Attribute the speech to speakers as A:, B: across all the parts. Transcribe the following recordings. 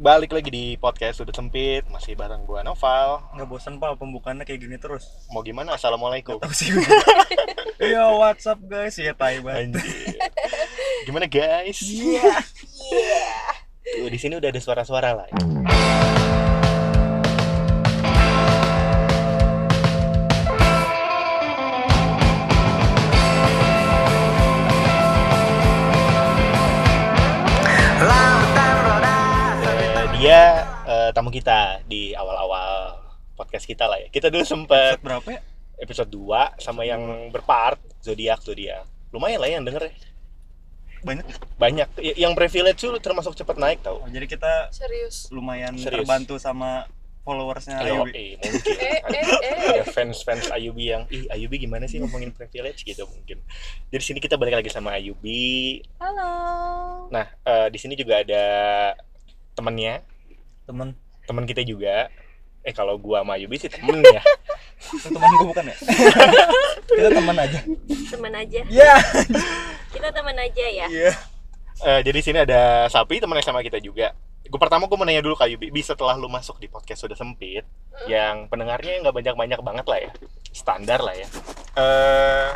A: balik lagi di podcast sudut sempit masih bareng gua Noval
B: nggak bosan pak pembukaannya kayak gini terus
A: mau gimana assalamualaikum
B: Tahu sih gua. yo what's up guys ya tai banget
A: Anjir. gimana guys
B: Iya.
A: Tuh, di sini udah ada suara-suara lah Eh, dia eh, tamu kita di awal-awal podcast kita lah ya kita dulu sempet
B: Episode berapa ya?
A: episode 2 sama yang berpart zodiak zodiak lumayan lah yang denger ya.
B: Banyak.
A: banyak Y- yang privilege tuh termasuk cepet naik tau
B: Oh, jadi kita
C: Serius.
B: lumayan
A: Serius.
B: terbantu sama followersnya
A: Ayo,
B: Nah, Ayubi.
A: eh, mungkin
C: Eh, eh, eh.
A: ada fans-fans Ayubi yang ih Ayubi gimana sih ngomongin privilege gitu mungkin. Jadi sini kita balik lagi sama Ayubi.
C: Halo.
A: Nah, eh, di sini juga ada temennya,
B: temen
A: teman kita juga. Eh kalau gua sama Ayubi sih temen ya.
B: itu temen gue bukan ya kita temen aja
D: teman aja
B: ya
D: kita teman aja ya
B: iya
A: Eh, jadi sini ada Sapi temennya sama kita juga. Gue pertama gue mau nanya dulu ke Ayubi, bisa setelah lu masuk di podcast sudah sempit, yang pendengarnya nggak banyak-banyak banget lah ya, standar lah ya. Eh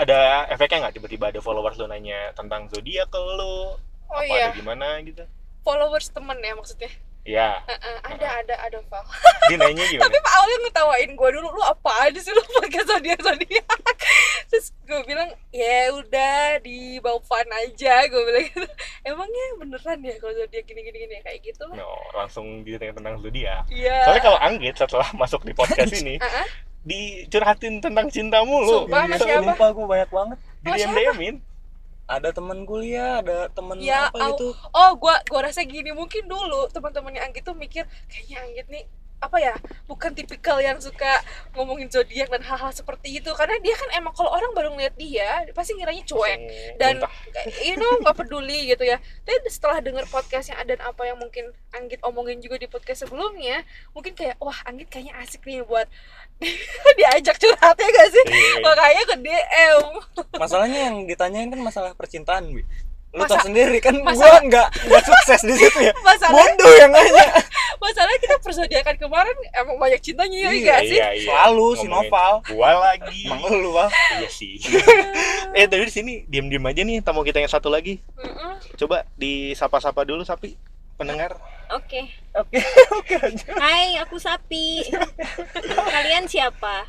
A: ada efeknya nggak tiba-tiba ada followers lu nanya tentang zodiak ke lu,
C: Oh
A: apa
C: iya,
A: ada gimana gitu?
C: followers temen ya maksudnya.
A: Ya,
C: Heeh, ada, ada, ada, Val.
A: dia nanya gimana?
C: Tapi Pak Awil ngetawain gue dulu, lu apa aja sih lu pakai zodiak zodiak. Terus gue bilang, ya udah di fan aja. Gue bilang gitu. Emangnya beneran ya kalau zodiak gini gini gini kayak gitu lah.
A: No, langsung ditanya tentang zodiak. Soalnya
C: Iya. Ah,
A: kalau Anggit setelah masuk di podcast ini,
C: Heeh.
A: dicurhatin tentang cinta mulu,
C: Sumpah, sama siapa?
B: lupa gue Iya. banyak banget
A: di
C: Sama siapa?
A: DM-in.
B: ada temen kuliah ada temen
C: Ya,
B: apa
C: au.
B: gitu
C: Oh, gue gua rasa gini mungkin dulu teman-temannya Anggit tuh mikir kayaknya Anggit nih apa ya bukan tipikal yang suka ngomongin zodiak dan hal-hal seperti itu karena dia kan emang kalau orang baru ngeliat dia pasti ngiranya cuek
A: Iya.
C: dan
A: Muntah.
C: you know nggak peduli gitu ya tapi setelah denger podcastnya dan apa yang mungkin Anggit omongin juga di podcast sebelumnya mungkin kayak wah Anggit kayaknya asik nih buat diajak curhat ya gak sih
A: Iya, iya.
C: makanya ke DM
B: masalahnya yang ditanyain kan masalah percintaan bi lu
C: Masa-
B: tau sendiri kan
C: masalah-
B: gue nggak nggak sukses di situ ya
C: masalah
B: bodoh yang nanya
C: masalah kita persediaan kemarin emang banyak cintanya ya
B: Iya,
C: gak sih
A: Iya, iya.
B: selalu si
A: Ngomongin
B: Noval
A: Gua lagi.
B: emang lu Val.
A: iya sih. eh, dari sini diam-diam aja nih tamu kita yang satu lagi.
C: Mm-mm.
A: Coba disapa-sapa dulu Sapi pendengar.
D: oke
B: oke oke aja
D: hai aku sapi kalian siapa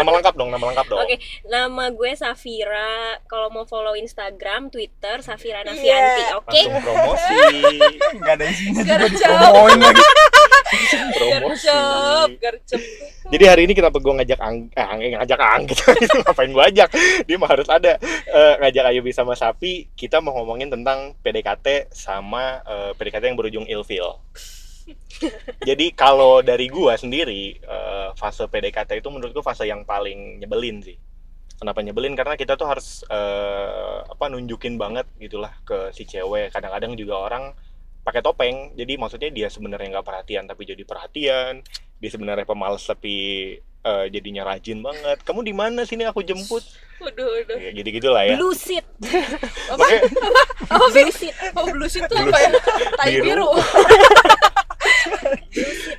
A: Nama, nama lengkap dong, nama lengkap dong.
D: oke nama gue Safira kalau mau follow Instagram Twitter Safira Nafianti
C: Iya.
D: oke
A: Langsung promosi.
B: nggak ada isinya
C: gercep
B: ngomongin lagi
A: promosi.
C: gercep gercep
A: Jadi hari ini kenapa gue ngajak ang eh, ang- ngajak ang gitu, ngapain gue ajak? Dia mah harus ada Eh, ngajak Ayubi sama Sapi. Kita mau ngomongin tentang PDKT sama eh, PDKT yang berujung ilfil. Jadi kalau dari gua sendiri eh, fase PDKT itu menurut gua fase yang paling nyebelin sih. Kenapa nyebelin? Karena kita tuh harus eh, apa nunjukin banget gitulah ke si cewek. Kadang-kadang juga orang pakai topeng. Jadi maksudnya dia sebenarnya nggak perhatian tapi jadi perhatian dia sebenarnya pemalas tapi eh, jadinya rajin banget. Kamu di mana sini aku jemput?
C: waduh waduh
A: Ya, gitu gitulah ya.
D: blue seat
C: apa
A: Makanya
C: apa blue sheet oh blue sheet tuh
A: Blue
C: apa ya tai
A: Biru.
C: biru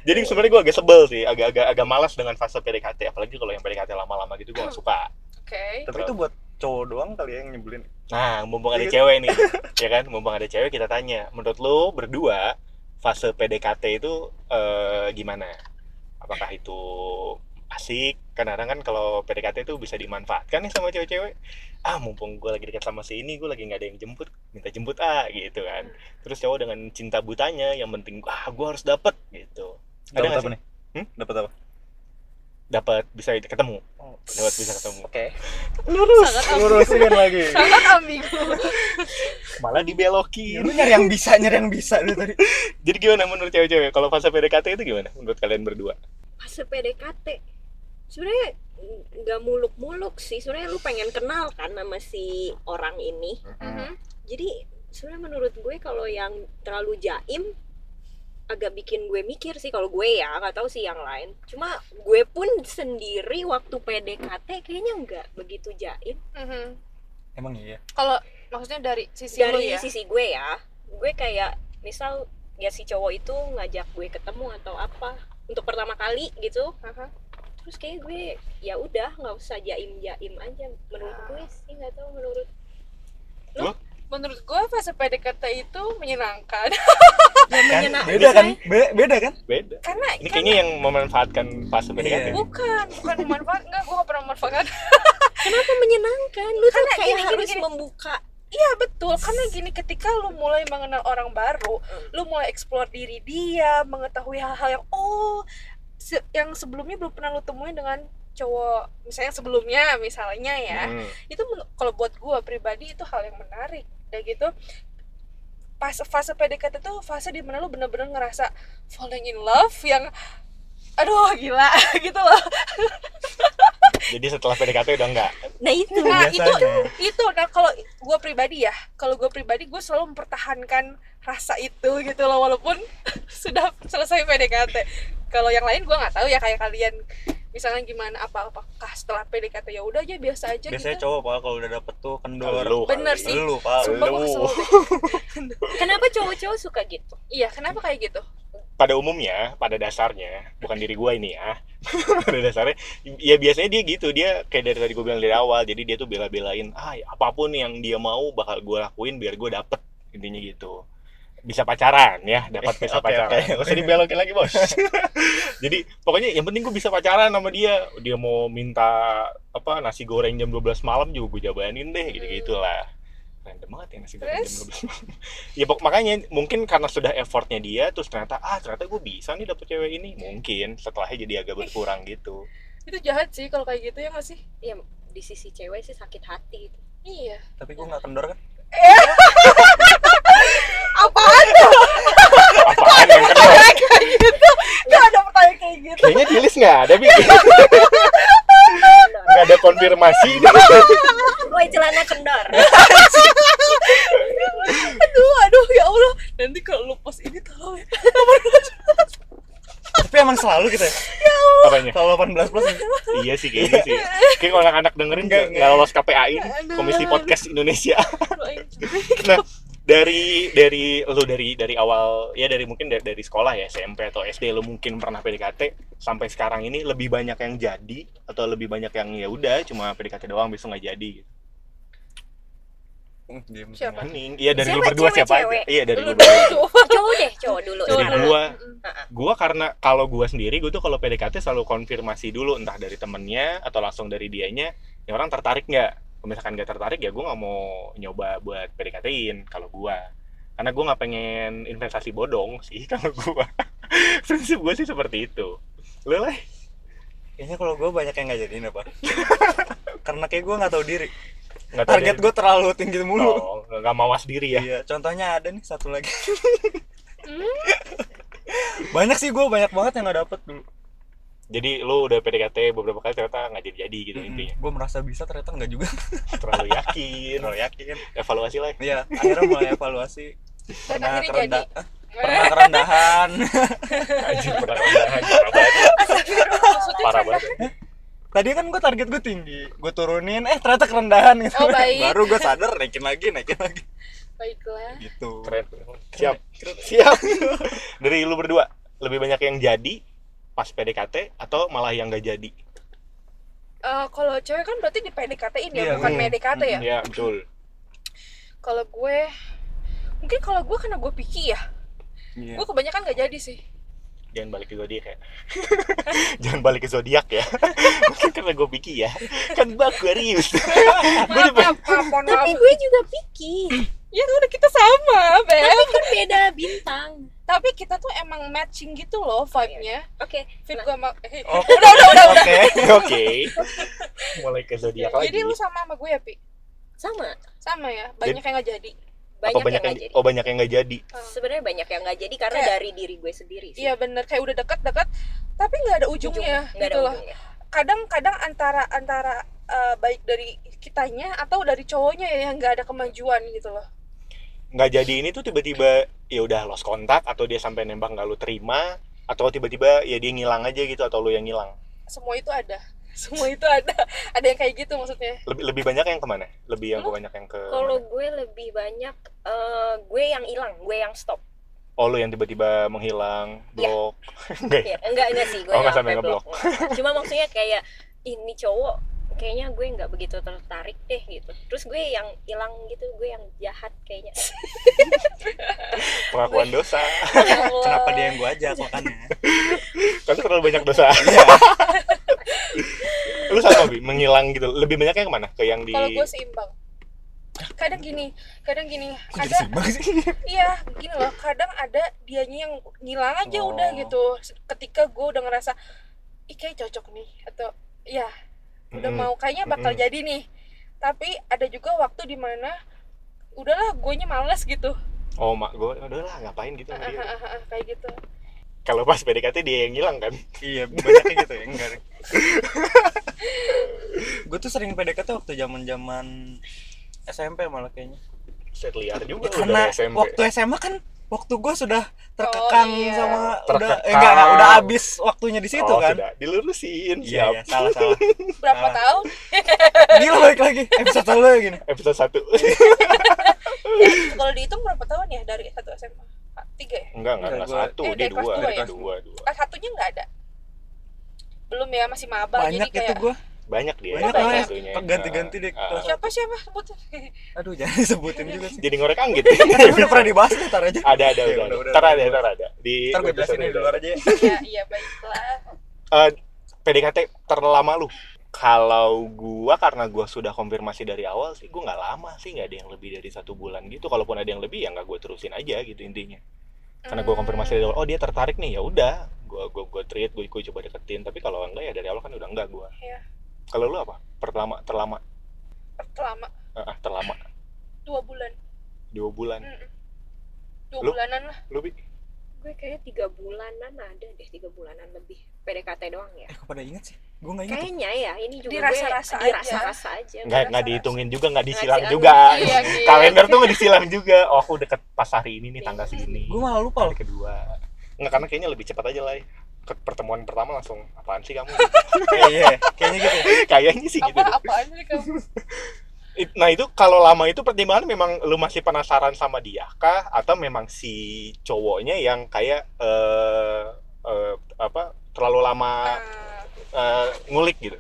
A: jadi sebenarnya gue agak sebel sih, agak-agak agak malas dengan fase PDKT, apalagi kalau yang PDKT lama-lama gitu gue gak suka.
C: oke
B: tapi itu buat cowok doang kali ya yang nyebelin
A: Nah, mumpung ada cewek nih, ya kan? Mumpung ada cewek kita tanya, menurut lo berdua fase PDKT itu eh, gimana? Apakah itu asik? Kadang-kadang kan kalau PDKT itu bisa dimanfaatkan nih sama cewek-cewek. Ah, mumpung gue lagi dekat sama si ini, gue lagi nggak ada yang jemput, minta jemput ah gitu kan. Terus cowok dengan cinta butanya, yang penting ah gue harus dapet gitu. Ada
B: dapat
A: nggak
B: apa
A: sih?
B: nih
A: Hmm?
B: dapat apa
A: Dapat bisa ketemu,
B: Oh.
A: dapat bisa ketemu.
B: oke
C: lurus sangat ambigu
B: lurusin lagi
C: sangat ambigu
A: Malah
B: Iya,
A: dibelokin.
B: lu nyari yang bisa nyari yang bisa dari tadi
A: Jadi gimana menurut cewek-cewek? Kalau fase PDKT itu gimana menurut kalian berdua?
D: fase PDKT sebenarnya nggak muluk-muluk sih sebenarnya lu pengen kenal kan sama si orang ini
C: Mhm.
D: jadi sebenarnya menurut gue kalau yang terlalu jaim agak bikin gue mikir sih kalau gue ya nggak tahu sih yang lain cuma gue pun sendiri waktu PDKT kayaknya nggak begitu jaim
C: Mhm.
B: emang iya
C: kalau maksudnya dari sisi lu ya
D: dari sisi gue ya gue kayak misal ya si cowok itu ngajak gue ketemu atau apa untuk pertama kali gitu
C: Aha.
D: terus kayak gue ya udah nggak usah jaim jaim aja menurut gue sih nggak tahu menurut
C: Menurut gue fase PDKT itu menyenangkan
D: yang
A: Kan,
D: menyenangkan
B: Beda kan? Be- beda kan? Iya.
A: Beda.
C: karena
A: Ini
C: kan
A: kayaknya yang memanfaatkan fase
B: Nah,
A: PDKT.
C: bukan bukan memanfaat enggak gue gak pernah memanfaatkan
D: kenapa menyenangkan lu tuh
C: Karena
D: kayak
C: gini,
D: harus
C: gini.
D: membuka
C: Iya betul, karena gini ketika lu mulai mengenal orang baru, lu mulai explore diri dia, mengetahui hal-hal yang oh se- yang sebelumnya belum pernah lu temuin dengan cowok misalnya sebelumnya misalnya ya
A: Hmm.
C: itu men- kalau buat gua pribadi itu hal yang menarik dan gitu pas fase PDKT itu fase dimana lu bener-bener ngerasa falling in love yang aduh gila gitu loh
A: Jadi setelah PDKT udah enggak.
D: nah itu
C: Nah,
B: Iya,
C: itu-
B: Biasanya.
C: itu nah kalau gua pribadi ya kalau gua pribadi gue selalu mempertahankan rasa itu gitu loh walaupun sudah selesai PDKT kalau yang lain gua nggak tahu ya kayak kalian misalnya gimana apa apakah setelah PDKT ya udah aja biasa aja
B: Biasanya
C: gitu
B: cowok Pak, kalau udah dapet tuh kendor.
A: Lu kan. kali.
C: Bener sih.
B: Lu, Pak.
C: Sumpah gua
A: lu.
C: kesel deh.
D: kenapa cowok-cowok suka gitu
C: iya kenapa kayak gitu
A: pada umumnya, pada dasarnya, bukan diri gua ini ya. pada dasarnya, ya biasanya dia gitu. Dia kayak dari tadi gue bilang dari awal. Jadi dia tuh bela-belain, ah apapun yang dia mau bakal gua lakuin biar gua dapet. Intinya gitu. Bisa pacaran ya, dapat bisa
B: Oke,
A: pacaran.
B: oke.
A: Gak usah dibelokin lagi bos. Jadi pokoknya yang penting gue bisa pacaran sama dia. Dia mau minta apa nasi goreng jam 12 malam juga gue jabanin deh gitu-gitulah. Random banget ya nasi goreng
C: Terus?
A: jam 12 malam ya pok- makanya mungkin karena sudah effortnya dia terus ternyata ah ternyata gue bisa nih dapet cewek ini mungkin setelahnya jadi agak berkurang gitu
C: itu jahat sih kalau kayak gitu ya nggak sih
D: Iya, di sisi cewek sih sakit hati gitu.
C: iya
B: Tapi gua nggak kendor kan?
C: apaan
A: apaan yang kenal
C: nggak ada pertanyaan kayak gitu
A: kayaknya di list nggak ada Bi. nggak ada konfirmasi
D: Woi Oh, celana kendor.
C: aduh aduh ya allah nanti kalau lu post ini tolong ya
B: Tapi emang selalu gitu ya.
A: apanya
B: Kalau 18 plus
A: iya sih kayaknya sih kayak kalau anak-anak dengerin nggak nggak lolos KPAI Komisi Podcast Indonesia
C: Aduh, aing.
A: dari dari lu dari dari awal ya dari mungkin dari, dari sekolah ya SMP atau SD lu mungkin pernah PDKT sampai sekarang ini lebih banyak yang jadi atau lebih banyak yang ya udah cuma PDKT doang besok nggak jadi gitu.
B: Diam.
C: Siapa?
A: Hening. Iya dari
D: Siapa
A: lu berdua
D: cewek,
A: siapa aja?
D: cewek?
A: Iya dari lu
C: Lu
A: berdua.
D: cowok deh, cowok dulu.
A: Jadi
D: Cowok dulu.
A: gua
C: Mm-mm.
A: gua karena kalau gua sendiri gua tuh kalau PDKT selalu konfirmasi dulu entah dari temennya atau langsung dari dianya ya orang tertarik nggak kalau misalkan nggak tertarik ya gua nggak mau nyoba buat PDKT-in kalau gua karena gua nggak pengen investasi bodong sih kalau gua prinsip gua sih seperti itu lu lah
B: Kayaknya kalau gua banyak yang nggak jadiin apa. Karena kayak gua nggak tahu diri.
A: nggak tahu
B: Target
A: dia-
B: gua terlalu tinggi mulu.
A: Oh, nggak mawas diri ya
B: Iya, contohnya ada nih satu lagi.
C: Hmm.
B: banyak sih gua banyak banget yang nggak dapet dulu.
A: jadi lu udah PDKT beberapa kali ternyata nggak jadi jadi gitu intinya
B: Gue Hmm. merasa bisa ternyata nggak juga.
A: terlalu yakin
B: Terlalu yakin.
A: evaluasi lah
B: Iya, akhirnya mulai evaluasi.
C: Dan
B: Pernah
C: akhirnya
B: kerendah,
C: jadi.
B: eh, pernah kerendahan.
A: Anjir, pernah kerendahan, parah banget.
C: Maksudnya
A: Parah
C: karena-
A: banget.
B: Tadi kan gue target gue tinggi, gue turunin, eh ternyata kerendahan gitu.
C: Oh, baik.
B: Baru gue sadar naikin lagi, naikin lagi.
C: Baiklah.
B: Gitu.
A: Keren. Siap. Siap. Dari lu berdua, lebih banyak yang jadi pas PDKT atau malah yang gak jadi?
C: Eh, kalau cewek kan berarti di PDKT-in ya,
B: Iya,
C: bukan
A: hmm.
C: PDKT ya.
A: Iya, betul.
C: Kalau gue mungkin kalau gue karena gue picky ya,
B: Iya.
C: gue kebanyakan gak jadi sih.
A: Jangan balik ke zodiak ya. Jangan balik ke zodiak ya. Mungkin karena gue picky ya. Kan gue Aquarius. gue
C: Maaf,
A: di
C: maaf, maaf, mohon maaf.
D: Tapi Eh, gue juga picky.
C: Ya udah kita sama, Beb.
D: Tapi kan beda bintang.
C: Tapi kita tuh emang matching gitu loh vibe-nya.
D: Oke.
C: Fit gue sama eh,
B: Oh.
C: Udah, udah, udah, udah.
B: Oke.
A: Oke. Mulai ke zodiak lagi.
C: Jadi lu sama sama gue ya, Pi?
D: Sama.
C: Sama ya, banyak yang gak jadi.
A: Apa
D: Banyak,
A: banyak yang,
D: yang nggak jadi.
A: oh banyak yang gak jadi.
D: Sebenarnya banyak yang nggak jadi karena
C: Kayak-
D: dari diri gue sendiri sih.
C: Iya bener, kayak udah dekat-dekat tapi nggak ada ujungnya
D: Ujung, nggak
C: gitu
D: ada
C: loh.
D: ujungnya.
C: kadang-kadang antara antara eh, baik dari kitanya atau dari cowoknya ya yang nggak ada kemajuan gitu loh
A: Gak jadi ini tuh tiba-tiba ya udah lost kontak atau dia sampai nembak gak lu terima atau tiba-tiba ya dia ngilang aja gitu atau lu yang ngilang.
C: semua itu ada semua itu ada ada yang kayak gitu maksudnya
A: Lebih lebih banyak yang kemana? Lebih yang gue banyak yang ke
D: Kalau gue lebih banyak eh, gue yang hilang, gue yang stop.
A: oh lu yang tiba-tiba menghilang blok
D: Ya, enggak enggak sih gue
A: Oh, nggak
D: nggak
A: sampai
D: sampai blok. Cuma maksudnya kayak ini cowok kayaknya gue nggak begitu tertarik deh gitu. Terus gue yang hilang gitu, gue yang jahat kayaknya.
A: pengakuan dosa
B: Kenapa dia yang gue ajak makanya?
A: kan lu terlalu banyak dosa lu sama bi menghilang gitu lebih banyaknya kemana ke yang di
C: Kalau gue seimbang. Kadang gini, kadang gini,
B: Kok jadi
C: ada
B: simbang sih?
C: iya gini loh kadang ada dianya yang ngilang aja
B: Oh.
C: udah gitu ketika gue udah ngerasa ih kayak cocok nih atau ya udah
A: Mm-mm.
C: mau kayaknya bakal
A: Mm-mm.
C: jadi nih tapi ada juga waktu dimana udahlah guanya males gitu Ah,
A: oh mak gue udah lah ngapain gitu sama dia
C: kayak gitu
A: kalau pas PDKT dia yang ngilang kan
B: Iya, banyaknya gitu ya, enggak deh. gue tuh sering PDKT waktu zaman-zaman SMP malah kayaknya.
A: set liar juga Oh,
B: Ya,
A: udah
B: karena
A: dari SMP
B: waktu SMA kan waktu gue sudah terkekang
C: Oh, iya.
B: sama udah
A: Terkekang.
B: eh, enggak, enggak, udah habis waktunya di situ
A: oh,
B: kan.
A: sudah dilurusin
B: Iya,
A: siap
B: iya, salah salah.
C: berapa
B: Ah.
C: tahun
B: Gila balik lagi episode satu lagi gini.
A: episode satu
C: kalau dihitung berapa tahun ya dari satu SMA Ah, tiga ya
A: enggak enggak enggak
B: Gua-
A: satu
C: Eh,
A: dia
C: dari kelas
A: dua
C: dua
A: dia
C: ya?
A: dua dua
C: kelas satunya nggak ada belum ya masih maba
B: Banyak
C: jadi
B: itu
C: kayak
B: gue.
A: banyak dia
B: Banyak
A: kelas
B: lah ya.
A: satunya.
B: Ganti-ganti deh
A: Ah,
B: kelas.
A: ah.
C: siapa siapa sebut
B: Aduh jangan disebutin juga sih. Kan
A: jadi ngorek anggit
B: Udah pernah dibahas nih, ntar aja.
A: ada ada
B: Ya,
A: udah,
B: udah,
A: ada.
B: udah.
A: ntar ada ntar ada di
B: Ntar gue
A: Iya, episode
B: jelasin di
A: udah
B: luar
A: ada.
B: aja. ya.
C: ya iya baiklah
A: Eh, PDKT terlama lu kalau gua karena gua sudah konfirmasi dari awal sih gua nggak lama sih nggak ada yang lebih dari satu bulan gitu kalaupun ada yang lebih ya nggak gua terusin aja gitu intinya karena gua konfirmasi dari awal oh dia tertarik nih ya udah gua gua gua treat gua, gua coba deketin tapi kalau enggak ya dari awal kan udah enggak gua
C: Iya.
A: kalau lu apa pertama terlama
C: Hmm, lama
A: eh, ah, terlama
C: dua bulan
A: dua bulan
C: Mm-mm. dua
A: Lu?
C: bulanan lah
A: lu Bi?
D: gue kayaknya tiga bulanan ada deh, tiga bulanan lebih. PDKT doang ya.
B: Eh kok pada inget sih? Gue nggak inget. tuh.
D: Kayaknya ya, ini juga
C: Dirasa-rasa
D: gue dirasa-rasa aja.
A: nggak
D: Dirasa-rasa.
A: nggak dihitungin juga nggak disilang
D: silang.
A: juga
C: Iya, gitu.
A: kalender tuh nggak disilang juga oh aku deket pas hari ini nih tanggal segini
B: Gue malah lupa
A: hari
B: loh.
A: kedua nggak karena kayaknya lebih cepat aja lah ya. ke pertemuan pertama langsung apaan sih kamu
B: Iya, Iya, kayaknya gitu. ya.
A: kayaknya sih gitu
C: apa
A: deh.
C: apaan sih kamu
A: It- nah itu kalau lama itu pertimbangan memang lu masih penasaran sama dia kah atau memang si cowoknya yang kayak eh eh, apa terlalu lama
C: Ah,
A: eh, ngulik gitu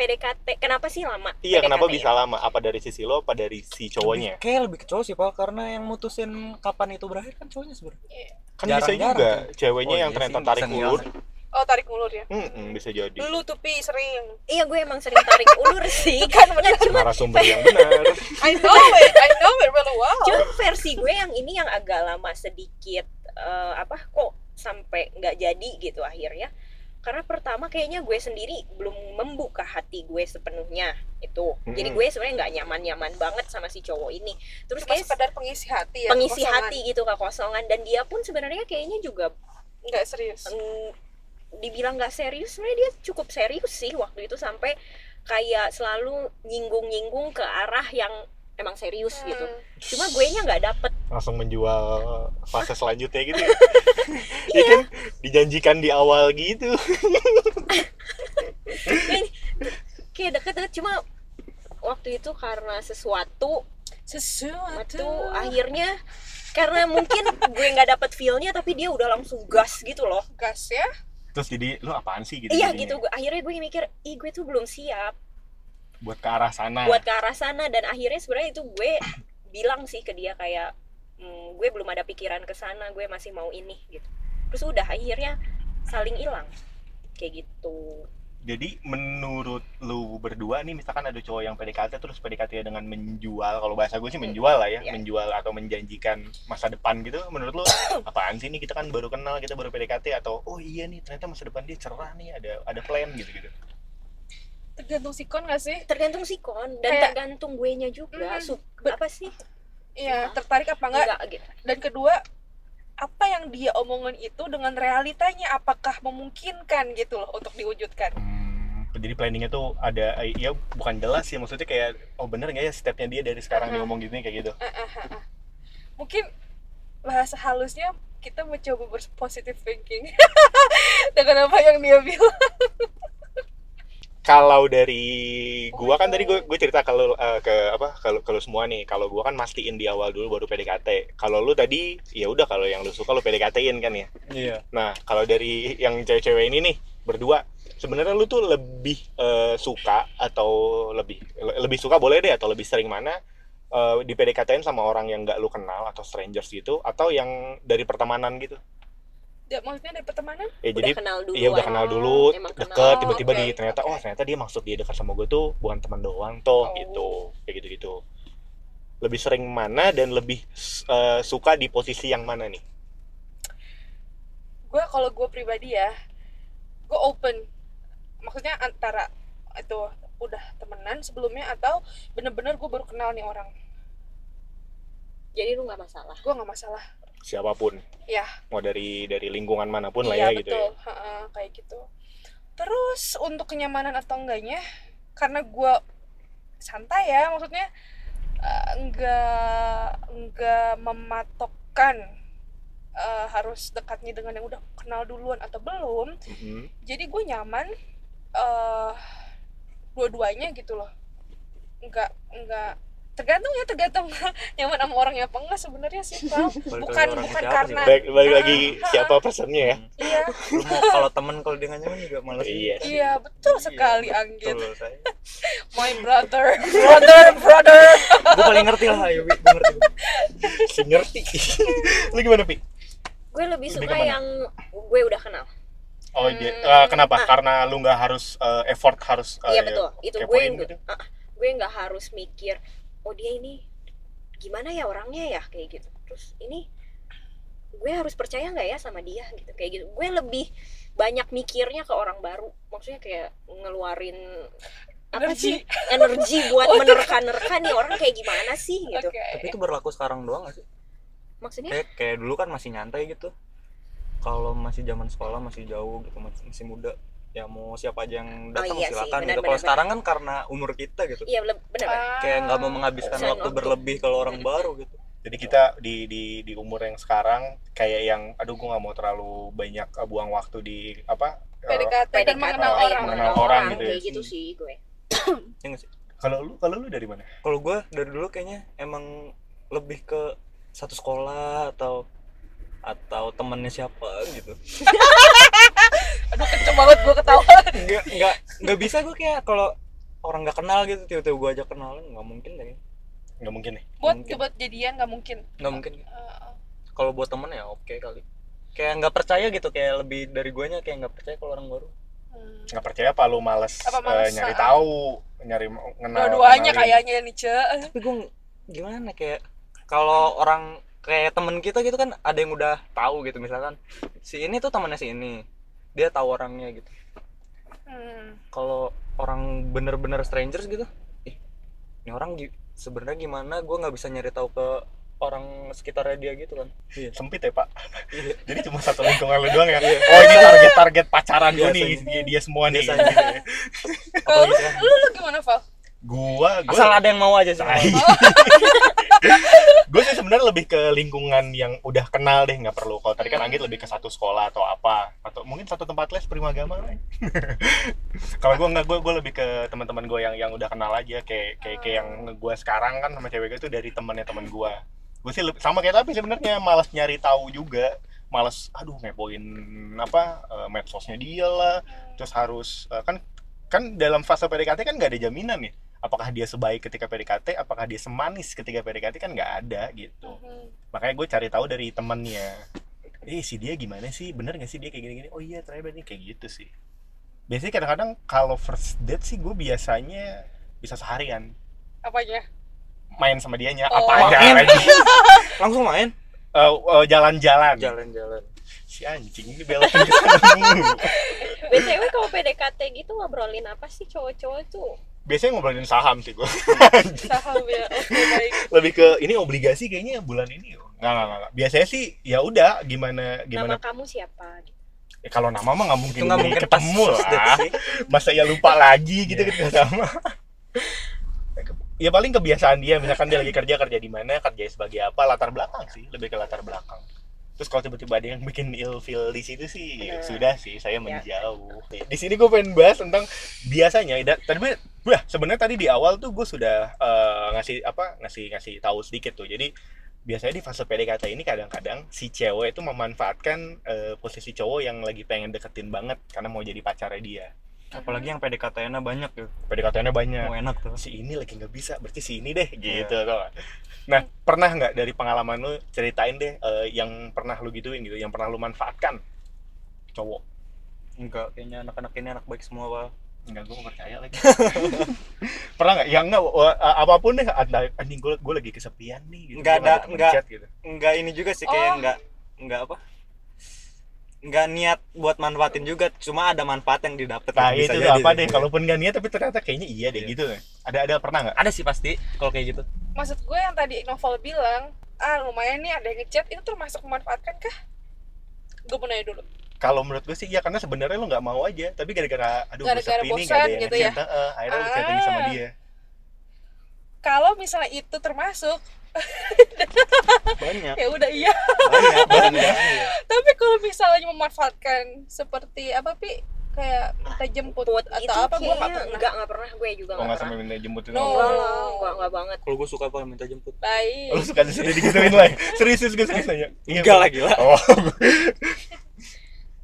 D: PDKT. Kenapa sih lama?
A: iya kenapa
D: PDKT?
A: bisa lama apa dari sisi lo apa dari si
B: Lebih-
A: cowoknya
B: Kayaknya lebih ke cowok sih, Pak. Karena yang mutusin kapan itu berakhir kan cowoknya sebenarnya.
A: kan bisa
B: Jarang-jarang
A: juga
B: kan.
A: ceweknya
B: Oh,
A: yang
B: iya
A: ternyata
B: sih,
A: tarik
B: bisa ngilang.
A: ulur
C: oh tarik ulur ya
A: Mm-mm, bisa jadi
C: lu tuh pi sering
D: Iya, gue emang sering tarik ulur sih.
C: kan bener
A: narasumber yang benar
C: I know it I know it really well
D: Cuma versi gue yang ini yang agak lama sedikit eh, apa kok sampai nggak jadi gitu akhirnya. Karena pertama kayaknya gue sendiri belum membuka hati gue sepenuhnya itu. Jadi
A: Mm-mm.
D: gue sebenarnya nggak nyaman-nyaman banget sama si cowok ini. Terus
C: cuma
D: kayak
C: sekedar pengisi hati ya
D: pengisi
C: kekosongan.
D: hati gitu kekosongan dan dia pun sebenarnya kayaknya juga
C: nggak serius
D: mm, dibilang nggak serius sebenarnya dia cukup serius sih waktu itu sampai kayak selalu nyinggung-nyinggung ke arah yang emang serius gitu
C: Hmm.
D: cuma gue nya nggak dapet
A: langsung menjual fase selanjutnya gitu ya Iya kan dijanjikan di awal gitu
D: kayak deket-deket cuma waktu itu karena sesuatu waktu
C: sesuatu
D: akhirnya karena mungkin gue nggak dapet feelnya tapi dia udah langsung gas gitu loh
C: gas ya
A: terus jadi lu apaan sih gitu
D: iya
A: jadinya?
D: gitu Gue- akhirnya gue mikir ih gue tuh belum siap
A: buat ke arah sana
D: buat ke arah sana dan akhirnya sebenarnya itu gue bilang sih ke dia kayak "Hmm, gue belum ada pikiran ke sana gue masih mau ini gitu terus udah akhirnya saling hilang kayak gitu
A: jadi menurut lu berdua nih misalkan ada cowok yang PDKT terus PDKT dengan menjual kalau bahasa gue sih menjual lah ya
D: Iya.
A: menjual atau menjanjikan masa depan gitu menurut lu apaan sih nih kita kan baru kenal kita baru PDKT atau oh iya nih ternyata masa depan dia cerah nih ada ada plan gitu gitu
C: tergantung sikon nggak sih
D: tergantung sikon dan
C: Kayak-
D: tergantung gue nya juga
C: Mm-mm.
D: Su-
C: Bet-
D: apa sih
C: Iya,
D: Hah?
C: tertarik apa enggak?
D: enggak gitu
C: Dan kedua, apa yang dia omongin itu dengan realitanya apakah memungkinkan gitu loh untuk diwujudkan?
A: Hmm, jadi planningnya tuh ada eh, ya bukan jelas sih maksudnya kayak oh bener nggak ya stepnya dia dari sekarang dia
C: Mhm.
A: ngomong gini kayak gitu
C: ah, Mungkin bahasa halusnya kita mencoba berpositif thinking dengan apa yang dia bilang.
A: kalau dari
C: Oh
A: gua
C: my
A: kan tadi gua,
C: God.
A: gua cerita kalau eh, ke apa kalau kalau semua nih kalau gua kan mastiin di awal dulu baru PDKT kalau lu tadi ya udah kalau yang lu suka lu PDKT-in kan ya
B: Iya.
A: nah kalau dari yang cewek-cewek ini nih berdua sebenarnya lu tuh lebih eh, suka atau lebih le- lebih suka boleh deh atau lebih sering mana eh, di PDKT-in sama orang yang nggak lu kenal atau strangers gitu atau yang dari pertemanan gitu
C: Ya, maksudnya dari pertemanan?
A: ya
D: udah
A: jadi
D: kenal dulu
A: Iya udah kenal dulu,
D: Emang kenal.
A: deket, tiba-tiba
C: oke,
A: di ternyata
C: oke.
A: oh ternyata dia maksud dia dekat sama gue tuh bukan teman doang toh
C: Oh.
A: gitu, kayak gitu gitu. Lebih sering mana dan lebih eh, suka di posisi yang mana nih?
C: Gua kalau gua pribadi ya, gua open. Maksudnya antara itu udah temenan sebelumnya atau bener-bener gua baru kenal nih orang.
D: jadi lu nggak masalah
C: Gua nggak masalah.
A: Siapapun.
C: Iya.
A: Mau dari dari lingkungan manapun lah ya
C: iya
A: gitu.
C: betul,
A: Ya.
C: Ha-ha, kayak gitu. Terus untuk kenyamanan atau enggaknya, karena gua santai ya, maksudnya eh, enggak enggak mematokkan eh, harus dekatnya dengan yang udah kenal duluan atau belum.
A: Mhm.
C: jadi gue nyaman eh dua-duanya gitu loh nggak nggak tergantung ya tergantung nyaman sama orangnya apa enggak sebenarnya sih Val.
B: Balik
C: Bukan-
B: lagi orangnya
C: bukan
B: siapa sih,
C: karena-
B: Bang?
A: Baik balik
C: Ah,
A: lagi
C: ah,
A: siapa personnya ya?
B: Hmm.
C: iya
B: Lu mau kalau temen kalau dia nggak nyaman juga malas.
A: Iya
B: juga.
C: iya betul
B: Iya,
C: sekali Anggit
B: Betul saya.
C: my brother brother brother
B: Gue paling ngerti lah, Ayu. Gue ngerti.
A: Si ngerti. Lu gimana pi?
D: gue
A: Lebih
D: lebih suka
A: kemana?
D: yang gue udah kenal
A: Oh
C: Hmm.
A: iya. Eh, kenapa? Karena lu nggak harus eh, effort harus. eh,
D: iya betul itu gue
A: kepoin gitu.
D: Ah, gue nggak harus mikir oh dia ini gimana ya orangnya ya kayak gitu terus ini gue harus percaya nggak ya sama dia gitu kayak gitu gue lebih banyak mikirnya ke orang baru maksudnya kayak ngeluarin apa sih
C: energi
D: energi buat
C: Waduh.
D: menerka-nerka nih orang kayak gimana sih gitu
C: oke
B: Tapi itu berlaku sekarang doang gak sih?
D: maksudnya
B: Kayak, kayak dulu kan masih nyantai gitu. Kalau masih zaman sekolah masih jauh gitu, masih, masih muda. Ya mau siapa aja yang datang
D: iya sih,
B: silakan
D: benar,
B: gitu.
D: benar,
B: Kalau
D: benar.
B: sekarang kan karena umur kita gitu.
D: iya le- bener kan?
C: Ah,
B: Kayak nggak mau menghabiskan
D: Urusan
B: waktu
D: waktu.
B: berlebih kalau orang baru gitu.
A: jadi kita di di di umur yang sekarang kayak yang aduh gue nggak mau terlalu banyak eh, buang waktu di apa
C: Ah,
A: eh,
C: PDKT dan
D: PDKT,
C: mengenal
A: kayak
C: orang
A: mengenal orang gitu ya.
D: kayak gitu sih gue
B: Ya nggak sih?
A: kalau lu kalau lu dari mana
B: Kalau gue dari dulu kayaknya emang lebih ke satu sekolah atau atau temennya siapa gitu
C: aduh kenceng banget gue ketawa
B: nggak nggak nggak bisa gue kayak kalau orang nggak kenal gitu tiba-tiba gue ajak kenalan nggak mungkin deh
A: nggak mungkin nih
C: buat
B: Mungkin.
C: buat jadian nggak mungkin
B: nggak mungkin
C: Eh,
B: kalau buat temen ya oke kali kayak nggak percaya gitu kayak lebih dari guanya kayak nggak percaya kalau orang baru
C: hmm.
A: nggak percaya apa lu males,
C: Apa
A: eh,
C: males,
A: nyari
C: ah.
A: tahu nyari mau- kenal
C: dua-duanya
A: kenalin.
C: kayaknya nih Ce
B: tapi gue gimana kayak kalau orang kayak temen kita gitu kan ada yang udah tahu gitu misalkan si ini tuh temannya si ini dia tahu orangnya gitu
C: Hmm.
B: kalau orang bener-bener strangers gitu ih ini orang gi- sebenarnya gimana gue nggak bisa nyari tahu ke orang sekitarnya dia gitu kan
A: sempit ya pak
B: Iya.
A: jadi cuma satu lingkungan lu doang ya oh ini target target pacaran gue nih
B: Biasanya.
A: dia, dia semua nih
B: Biasanya.
A: gitu ya.
C: Kalau
B: Apalagi sekarang.
C: lu gimana Val?
A: gua gua
B: asal ada yang mau aja sih
A: gue Iya, sih sebenarnya lebih ke lingkungan yang udah kenal deh nggak perlu kalau tadi kan Anggit lebih ke satu sekolah atau apa atau mungkin satu tempat les primagama lah. kalau gue nggak gue gue lebih ke teman-teman gue yang yang udah kenal aja kayak kayak, kayak yang gue sekarang kan sama cewek gue tuh dari temennya teman gue gue sih lebih- sama kayak tapi sebenarnya malas nyari tahu juga malas aduh ngepoin apa eh, medsosnya dia lah terus harus eh, kan kan dalam fase PDKT kan nggak ada jaminan ya apakah dia sebaik ketika PDKT apakah dia semanis ketika PDKT kan nggak ada gitu
C: Hmm.
A: makanya gue cari tahu dari temennya eh si dia gimana sih bener gak sih dia kayak gini-gini oh iya ternyata ini kayak gitu sih biasanya kadang-kadang kalau first date sih gue biasanya bisa seharian
C: Apanya?
A: main sama dianya
C: Oh.
A: apa aja
B: Main.
A: lagi
B: langsung main
A: Eh, eh, jalan-jalan
B: jalan-jalan
A: si anjing ini belokin ke sana mulu.
D: btw kalau PDKT gitu ngobrolin apa sih cowok-cowok tuh
A: biasanya ngobrolin saham sih gue
C: Saham ya. Oke, baik.
A: lebih ke ini obligasi kayaknya bulan ini nggak nggak nggak, nggak biasanya sih ya udah gimana
D: nama
A: gimana
D: kamu siapa
A: Eh, kalau nama mah nggak mungkin,
B: itu nggak mungkin pas Iya.
A: ketemu
B: first date
A: lah
B: sih
A: masa ya lupa lagi gitu ketika sama ya paling kebiasaan dia misalkan dia lagi kerja kerja di mana kerja sebagai apa latar belakang sih lebih ke latar belakang Terus kalau tiba-tiba ada yang bikin ill feel di situ sih
D: Bener.
A: sudah sih saya menjauh. Di sini gue pengen bahas tentang biasanya dan tadi gue- wah, sebenarnya tadi di awal tuh gue sudah eh, ngasih apa ngasih ngasih tahu sedikit tuh. Jadi biasanya di fase PDKT ini kadang-kadang si cewek itu memanfaatkan eh, posisi cowok yang lagi pengen deketin banget karena mau jadi pacarnya dia.
B: apalagi yang PDKT-nya banyak tuh
A: PDKT-nya banyak.
B: mau enak
A: Oh,
B: tuh
A: si ini lagi nggak bisa berarti si ini deh
B: Iya.
A: gitu tau nggak? nah pernah nggak dari pengalaman lu ceritain deh eh, yang pernah lu gituin gitu yang pernah lu manfaatkan cowok
B: enggak kayaknya anak-anak ini anak baik semua pak
A: Enggak, gue percaya lagi pernah nggak ya nggak wa- eh, apapun deh ada anjing gue gue lagi kesepian nih gitu
B: Nggak
A: Gua nggak
B: ada-
A: temen
B: nggak.
A: chat, gitu.
B: enggak ini juga sih
C: Oh.
B: kayak enggak enggak apa enggak niat buat manfaatin juga cuma ada manfaat yang didapat
A: nah
B: Bisa
A: itu tuh
B: jadi
A: apa
B: sih.
A: deh kalaupun nggak niat tapi ternyata kayaknya iya deh
B: Iya.
A: gitu deh. ada ada pernah nggak
B: ada sih pasti kalau kayak gitu
C: maksud gue yang tadi novel bilang ah lumayan nih ada yang ngechat itu termasuk memanfaatkan kah gue mau nanya dulu
A: kalau menurut gue sih iya karena sebenarnya lu nggak mau aja tapi gara-gara aduh gue
C: Gara-gara
A: sepi nih nggak ada
C: bosan
A: yang
C: gitu ya?
A: ngechat, eh, akhirnya lu chatting sama
C: Ah.
A: dia
C: kalau misalnya itu termasuk
B: banyak
C: ya udah iya
B: banyak banyak
C: tapi kalau misalnya memanfaatkan seperti apa pi kayak minta jemput
D: Buat
C: atau
D: itu
C: apa gue nggak
D: kayaknya
C: pernah
D: enggak enggak pernah gue juga
A: kalau
D: enggak
A: nggak
D: pernah.
A: sampai minta jemputin
C: No.
A: apa
D: Enggak lah,
C: Oh.
D: enggak enggak banget.
B: kalau gue suka apa minta jemput
C: baik
A: lu suka disuruh digituin lah ya? serius serius gue serius nanya Iya,
B: enggak
A: Pak.
B: lagi lah
A: oh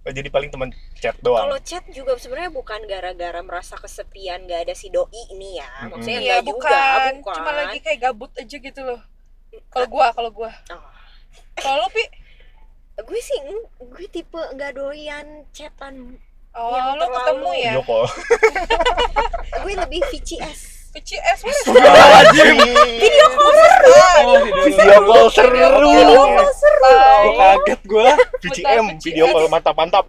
A: Oh, jadi paling teman chat doang
D: Kalau chat juga sebenarnya bukan gara-gara merasa kesepian gak ada si doi nih ya. Maksudnya
C: Iya
D: enggak
C: bukan.
D: juga,
C: cuma lagi kayak gabut aja gitu loh. Kalau gua, kalau gua.
D: Ah.
C: Kalau lu pi,
D: gue sih eng- gue tipe nggak doyan chatan.
C: oh
D: Yang
C: lu
D: terlalu-
C: ketemu ya.
A: video call
D: Gue lebih VCS.
C: Ke CS wes.
A: Astagfirullahaladzim.
D: Video
B: oh,
D: call
B: video
A: video call
C: Video
A: seru
C: call.
B: Gua kaget gue
A: VCM
C: VCS.
A: video call mantap mantap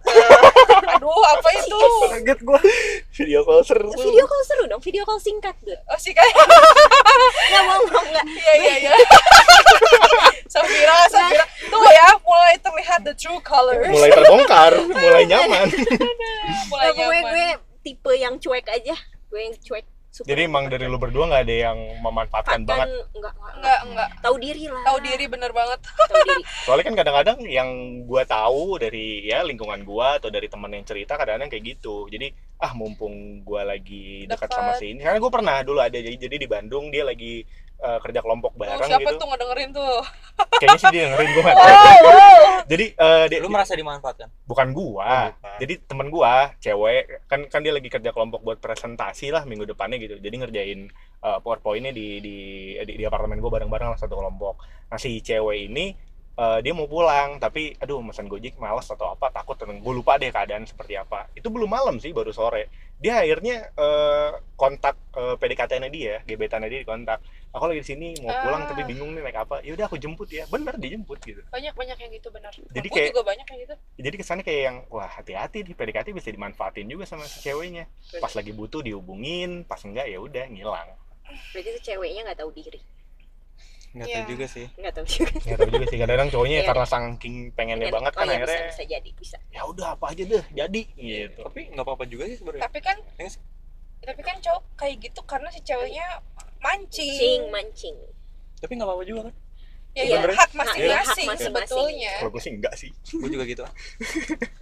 C: Aduh, apa itu?
B: kaget gue
A: video call seru
D: Video call seru dong, video call singkat deh.
C: Oh sih kayak
D: Nggak mau mau nggak.
C: iya iya iya. Safira, Safira. Tuh ya, mulai terlihat the true colors.
A: mulai terbongkar mulai nyaman
C: Mulai
D: Nah, gue
C: nyaman.
D: gue tipe yang cuek aja. Gue yang cuek. Super
A: jadi emang dari lu berdua nggak ada yang memanfaatkan banget
D: enggak enggak. enggak.
C: enggak enggak
D: Tahu diri lah.
C: tahu diri bener banget.
D: Tahu diri.
A: soalnya kan kadang-kadang yang gua tahu dari ya lingkungan gua atau dari teman yang cerita kadang-kadang kayak gitu jadi ah mumpung gua lagi dekat
C: Dekat.
A: sama si ini karena gua pernah dulu ada jadi jadi di Bandung dia lagi eh, kerja kelompok
C: Tuh,
A: bareng
C: Oh, siapa
A: gitu
C: tuh ngedengerin tuh?
A: kayaknya sih dia dengerin gua nggak tahu.
C: Wow, wow.
A: jadi eh, dia,
B: lu merasa dimanfaatkan
A: bukan gua
B: Ah.
A: jadi temen gua cewek kan kan dia lagi kerja kelompok buat presentasi lah minggu depannya gitu jadi ngerjain eh, powerpointnya di, di di di apartemen gua bareng-bareng lah satu kelompok nah si cewek ini eh, dia mau pulang tapi aduh mesen gojek males atau apa takut temen gue lupa deh keadaan seperti apa itu belum malam sih baru sore dia akhirnya eh, kontak PDKT-nya dia gebetannya dia dikontak aku lagi di sini mau pulang
C: Ah.
A: tapi bingung nih naik apa yaudah aku jemput ya bener dijemput gitu
C: banyak banyak yang gitu benar.
A: Jadi
C: Gue
A: kayak-
C: juga banyak yang gitu.
A: jadi kesannya kayak yang wah hati-hati di PDKT bisa dimanfaatin juga sama si ceweknya pas lagi butuh dihubungin pas enggak ya udah ngilang
D: Berarti itu ceweknya nggak tahu diri.
B: nggak
C: Iya.
B: tahu juga sih
D: Nggak tahu juga.
A: nggak tahu Ya, juga sih kadang-kadang cowoknya ya
D: Iya.
A: karena saking pengennya
D: Pengen-
A: banget
D: oh,
A: kan
D: iya,
A: akhirnya
D: bisa, bisa jadi bisa.
A: ya udah apa aja deh jadi gitu
B: tapi nggak apa-apa juga sih sebenarnya
C: Tapi kan
B: Iya sih.
C: tapi kan cowok kayak gitu karena si ceweknya
D: Mancing,
C: mancing.
D: mancing.
B: tapi nggak apa-apa juga kan
C: Ya,
D: Iya.
C: ya, hak
D: Hak-
C: masing-masing
D: hak masing-masing.
C: sebetulnya.
A: kalau gue sih enggak sih
B: gue juga gitu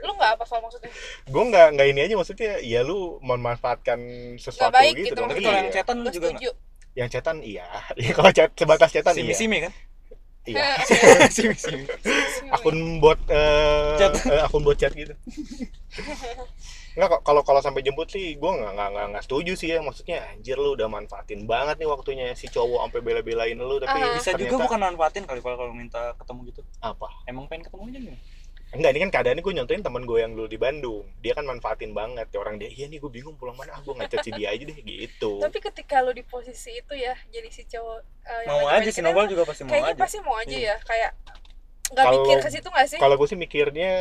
C: Lu nggak apa soal maksudnya?
A: gue enggak enggak ini aja maksudnya ya lu memanfaatkan sesuatu
C: Nggak baik
A: gitu,
C: gitu
A: dong
B: tapi kalau
C: maksudnya.
A: Iya.
B: yang chatan lu
C: Gue
B: juga nggak
C: setuju.
A: yang cetan iya ya, kalau chat sebatas cetan
B: simi
A: iya
B: simi kan
A: Iya.
B: simi simi
C: Nah,
A: akun bot eh,
B: Chat.
A: eh, akun bot chat gitu nggak kok, kalau kalau sampai jemput sih gue nggak nggak nggak nggak setuju sih ya maksudnya anjir lu udah manfaatin banget nih waktunya si cowok sampai bela-belain lu tapi
C: Ah.
B: bisa juga
A: ternyata-
B: bukan manfaatin kali kalau kalau minta ketemu gitu
A: apa
B: emang pengen ketemu aja gimana
A: enggak ini kan keadaannya gue nyontohin temen gue yang dulu di Bandung dia kan manfaatin banget ya orang dia iya nih gue bingung pulang mana ah gue ngechat si dia aja deh gitu
C: Tapi ketika lu di posisi itu ya, jadi si cowok eh, yang
B: mau
C: lagi
B: aja sih
C: main
B: Nobel
C: kita,
B: juga pasti mau
C: Kayaknya
B: aja Iya.
C: pasti mau aja ya, kayak nggak
A: Kalau-
C: mikir ke situ nggak sih?
A: kalau gue sih mikirnya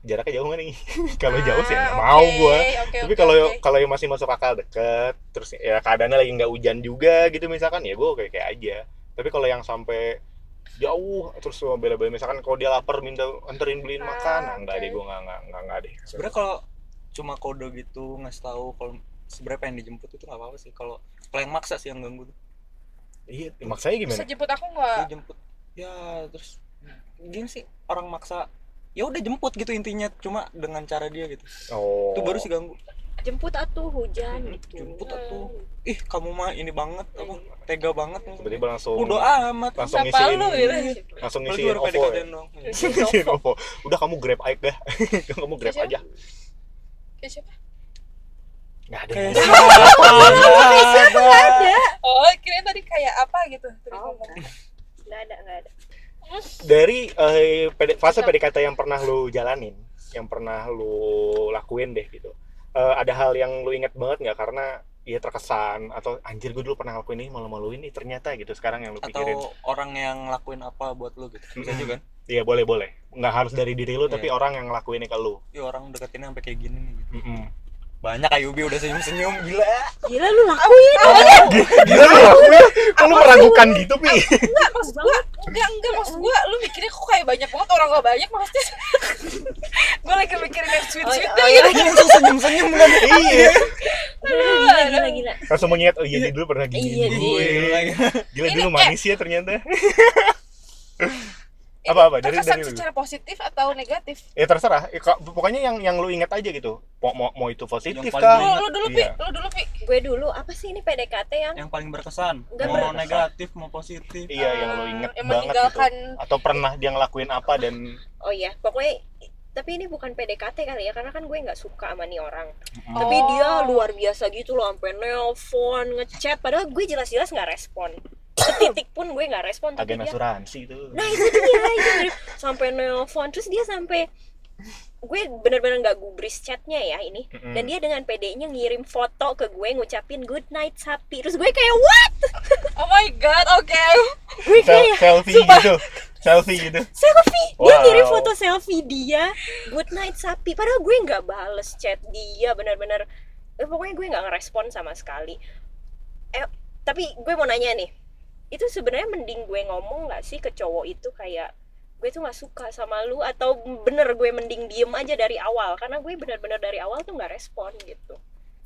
A: jaraknya jauh nggak nih kalau jauh sih ya
C: Ah,
A: nggak mau
C: oke,
A: gue
C: oke,
A: tapi
C: oke,
A: kalau
C: oke.
A: kalau yang masih masuk akal deket terus ya keadaannya lagi nggak hujan juga gitu misalkan ya gue kayak kayak aja tapi kalau yang sampai jauh terus sama bela-bela misalkan kalau dia lapar minta anterin beliin
C: Ah,
A: makan nah, nggak
C: oke.
A: deh gue nggak nggak nggak nggak deh
B: sebenarnya kalau cuma kode gitu ngasih tahu kalau sebenarnya pengen dijemput itu nggak apa-apa sih kalau kalau yang maksa sih yang ganggu tuh
A: iya maksudnya gimana
C: Bisa jemput aku nggak?
B: dijemput ya terus gini sih orang maksa ya udah jemput gitu intinya cuma dengan cara dia gitu
A: oh
B: itu baru sih ganggu
D: jemput atuh
A: Hmm,
D: hujan gitu.
B: jemput atuh ih kamu mah ini banget apa tega banget nih
A: tiba-tiba langsung
B: udah amat
A: langsung
C: Siapa
A: ngisiin
C: lu gitu?
A: langsung
B: Baru
A: ngisiin
B: baru
A: ovo ya.
B: PDKT-an doang.
D: Iya.
A: Ngisiin ovo udah kamu grab aja dah kamu grab
C: Siapa?
A: aja
C: Kayak Ya, siapa?
A: nggak ada
B: Kayak
A: yang
D: Iya,
A: mau.
B: siapa ada
C: Oh, kirain tadi kayak apa gitu. Tadi
D: Oh,
C: ngomong.
D: nggak ada nggak ada
A: dari eh, PD fase PDKT yang pernah lu jalanin yang pernah lu lakuin deh gitu Eh, ada hal yang lu inget banget nggak karena ya terkesan atau anjir gue dulu pernah lakuin ini malu-maluin nih ternyata gitu sekarang yang lu pikirin
B: atau orang yang ngelakuin apa buat lu gitu bisa
A: Mm-mm.
B: juga
A: Iya boleh boleh. Nggak harus dari diri lu tapi
B: Iya.
A: orang yang ngelakuinnya ke lu.
B: ya orang deketinnya sampai kayak gini nih gitu.
A: Mm-mm.
B: banyak Ayubi udah senyum senyum gila
D: gila lu lakuin
A: Gila lu lakuin, kok lu meragukan gitu pi?
C: Enggak, maksud gua, enggak, enggak, maksud gua lu mikirnya kok kayak banyak banget orang gak banyak maksudnya. gua lagi mikirin yang sweet-sweet deh
D: Oh, oh,
C: gitu.
B: Iya, langsung senyum senyum kan
A: Iya.
D: gila gila gila
A: Langsung mengingat oh iya dia dulu pernah gini.
D: Iya,
A: dulu.
B: Gila,
D: Ji.
B: ya. gila.
A: Gila
C: Ini,
A: dulu
C: eh.
A: manis ya ternyata.
C: Ini
A: Apa apa dari
C: terkesan
A: dari lu.
C: secara positif atau negatif?
A: Ya terserah. Ya, kok- pokoknya yang yang lu ingat aja gitu. Mau mau, mau itu positif
B: Yang paling
C: Lu,
A: kah?
B: Ingat,
C: lu dulu, Pi.
A: iya.
C: Lu dulu, Pi.
D: gue dulu apa sih ini PDKT yang
B: yang paling berkesan
D: Nggak
B: mau
A: berkesan.
B: negatif mau positif
A: Iya yang lu
C: Eh,
A: inget
C: yang
A: banget gitu.
C: meninggalkan
A: Atau pernah dia ngelakuin apa dan
D: oh iya pokoknya tapi ini bukan PDKT kali ya karena kan gue nggak suka sama nih orang
A: Mm-mm.
C: Oh.
D: tapi dia luar biasa gitu loh sampai nelpon ngechat padahal gue jelas-jelas nggak respon setitik pun gue nggak respon tapi
A: agen
D: dia
A: asuransi itu.
D: nah itu dia itu. sampai nelpon terus dia sampai gue bener-bener nggak gubris chatnya ya ini
A: Mm-mm.
D: dan dia dengan PD-nya ngirim foto ke gue ngucapin good night sapi terus gue kayak what
C: Oh my god, oke.
D: gue
A: Sel-
D: kayak
A: selfie
D: iya. sumpah.
A: gitu. Selfie gitu.
D: selfie dia
A: Wow.
D: ngirim foto selfie dia good night sapi padahal gue nggak bales chat dia benar-benar eh, pokoknya gue nggak ngerespon sama sekali eh tapi gue mau nanya nih itu sebenarnya mending gue ngomong nggak sih ke cowok itu kayak gue tuh nggak suka sama lu atau bener gue mending diem aja dari awal karena gue benar-benar dari awal tuh nggak respon gitu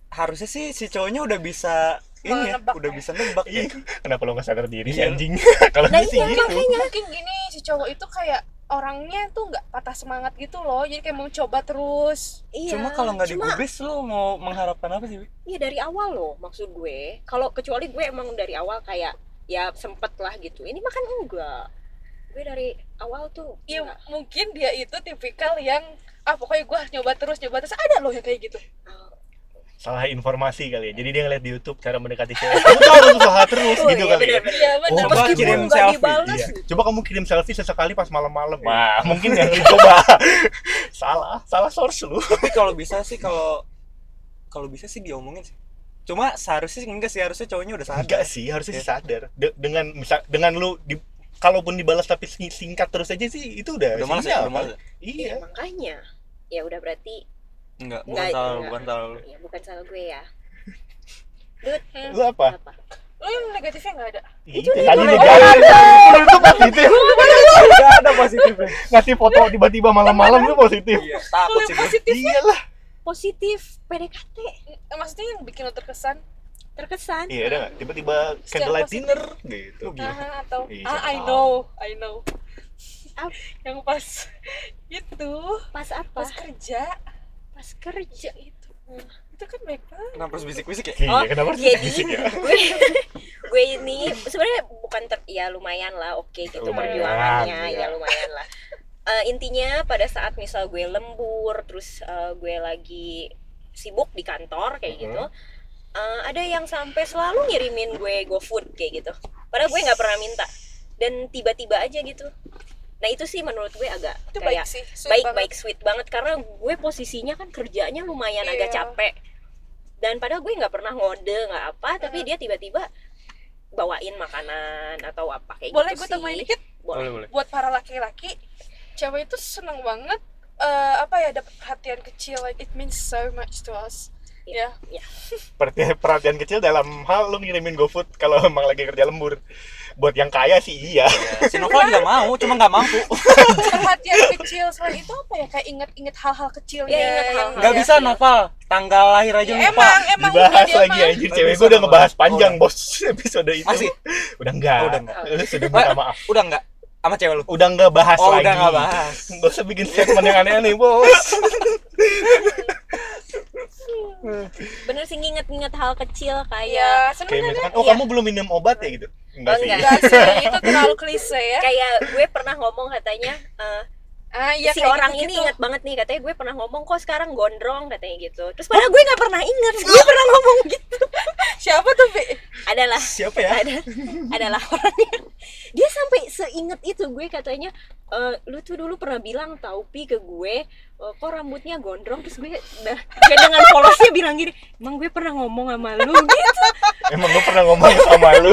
B: harusnya sih si cowoknya udah bisa ini ya,
C: Menebak
B: udah
C: ya.
B: bisa nebak ya.
A: Iya. Kenapa lu nggak sadar diri sih
B: Iya.
A: anjing? Kalau
D: nah
A: gue sih
D: iya
A: gitu.
D: makanya
C: Mungkin gini si cowok itu kayak orangnya tuh nggak patah semangat gitu loh. Jadi kayak mau coba terus.
D: iya
B: cuma kalau nggak
D: cuma
B: digubris lu mau mengharapkan apa sih Wi?
D: Iya dari awal loh maksud gue. Kalau kecuali gue emang dari awal kayak ya sempet lah gitu. Ini makan enggak. Gue dari awal tuh
C: Iya,
D: enggak.
C: mungkin dia itu tipikal yang ah pokoknya gue nyoba terus nyoba terus ada loh yang kayak gitu
A: salah informasi kali ya. Jadi dia ngeliat di YouTube cara mendekati cewek. Kamu tuh harus usaha terus
D: Oh,
A: gitu kali.
D: iya,
A: ya.
D: benar-benar.
C: iya benar
A: Coba
D: Meskipun
A: kirim
D: enggak
B: selfie.
D: dibales,
A: Iya.
D: gitu.
A: Coba kamu kirim selfie sesekali pas malam-malam. Wah, mungkin yang dicoba. salah, salah source lu.
B: tapi kalau bisa sih kalau kalau bisa sih diomongin sih cuma seharusnya sih enggak sih harusnya cowoknya udah sadar
A: Enggak sih, harusnya sih
B: Iya.
A: sadar. De- dengan misal dengan lu di- kalaupun dibalas tapi sing- singkat terus aja sih itu udah.
B: udah malas
A: sinyal,
B: ya udah
A: kan?
B: malas ya?
A: Iya.
D: Iya, makanya. Ya udah berarti
B: enggak bukan
D: enggak
B: salah lu,
D: enggak.
B: bukan salah lu.
D: Ya, bukan salah gue ya.
A: Lu apa?
D: Apa?
C: lo Hmm. yang negatifnya nggak ada
A: Itu tadi
B: itu.
A: lu
B: Oh,
A: jalan. Lu itu positif.
B: enggak ada positifnya
A: Ngasih foto tiba-tiba malam-malam lu positif.
B: iya
C: kalau
B: takut sih
C: yang
B: gue
C: positif
A: Iyalah.
D: Positif PDKT
C: eh, maksudnya yang bikin lo terkesan
D: terkesan.
A: Iya, ada nggak? Tiba-tiba candlelight
C: positif.
A: dinner gitu.
B: Lu gila.
C: ah, atau
A: Iya,
C: ah
A: siapa
C: I
A: tahu.
C: know I know
D: Apa?
C: yang pas itu
D: Pas apa?
C: pas kerja
D: Pas kerja.
C: ya itu itu kan baik banget
B: kenapa harus bisik-bisik ya
A: Iya,
D: Oh,
A: kenapa harus
D: jadi
A: bisik ya?
D: gue gue ini sebenarnya bukan ter ya lumayan lah oke gitu
A: Lumayan,
D: perjuangannya
A: iya.
D: ya lumayan lah Eh, intinya pada saat misal gue lembur terus eh, gue lagi sibuk di kantor kayak
A: Mhm.
D: gitu eh, ada yang sampai selalu ngirimin gue GoFood kayak gitu padahal gue nggak pernah minta dan tiba-tiba aja gitu nah itu sih menurut gue agak
C: itu baik
D: kayak
C: sih sweet
D: baik
C: banget.
D: baik sweet banget karena gue posisinya kan kerjanya lumayan
C: Iya.
D: agak capek dan padahal gue nggak pernah ngode nggak apa tapi
C: Hmm.
D: dia tiba-tiba bawain makanan atau apa kayak
C: boleh
D: gitu
C: gue
D: sih.
C: tambahin dikit
B: boleh boleh
C: buat para laki-laki cewek itu seneng banget eh, apa ya dapat perhatian kecil like it means so much to us ya
D: Iya.
A: Perhati- perhatian kecil dalam hal lu ngirimin GoFood kalau emang lagi kerja lembur. Buat yang kaya sih iya.
B: si Nova juga mau cuma nggak mampu
C: Ya. perhatian kecil selain itu apa ya kayak inget-inget hal-hal kecilnya
D: Ya, inget
C: yang-
D: hal-hal.
B: nggak
D: Iya,
B: bisa
D: iya.
B: Nova tanggal lahir aja lupa
C: Ya, emang emang
A: Dibahas
C: udah
A: lagi ya.
C: dia mah.
A: anjir cewek
B: Bisa,
A: gua udah
B: Bang.
A: ngebahas
B: Oh,
A: panjang
B: udah.
A: bos episode itu.
B: masih
A: Udah enggak.
B: Oh, udah enggak.
A: Lu sudah minta maaf.
B: udah enggak sama cewek lu
A: udah nggak bahas
B: oh
A: lagi
B: udah nggak bahas
A: Nggak usah bikin statement yang aneh-aneh bos
D: bener sih nginget-nginget hal kecil kayak
C: Iya,
A: kayak
C: sebenarnya
A: misalkan oh
D: Iya.
A: kamu belum minum obat ya gitu enggak
D: Oh,
A: sih
D: enggak.
C: enggak sih, itu terlalu klise ya.
D: kayak gue pernah ngomong katanya eh,
C: Ah, iya,
D: si
C: kayak
D: orang ini
C: gitu-gitu.
D: inget banget nih katanya gue pernah ngomong kok sekarang gondrong katanya gitu terus padahal gue nggak pernah inget gue pernah ngomong gitu
C: siapa tuh, Bi?
D: adalah
A: siapa ya
D: ada adalah orangnya dia sampai seinget itu gue katanya "Eh, lu tuh dulu pernah bilang tau pi ke gue eh, kok rambutnya gondrong terus gue dah gue dengan polosnya bilang gini emang gue pernah ngomong sama lu gitu
A: emang gue pernah ngomong sama lu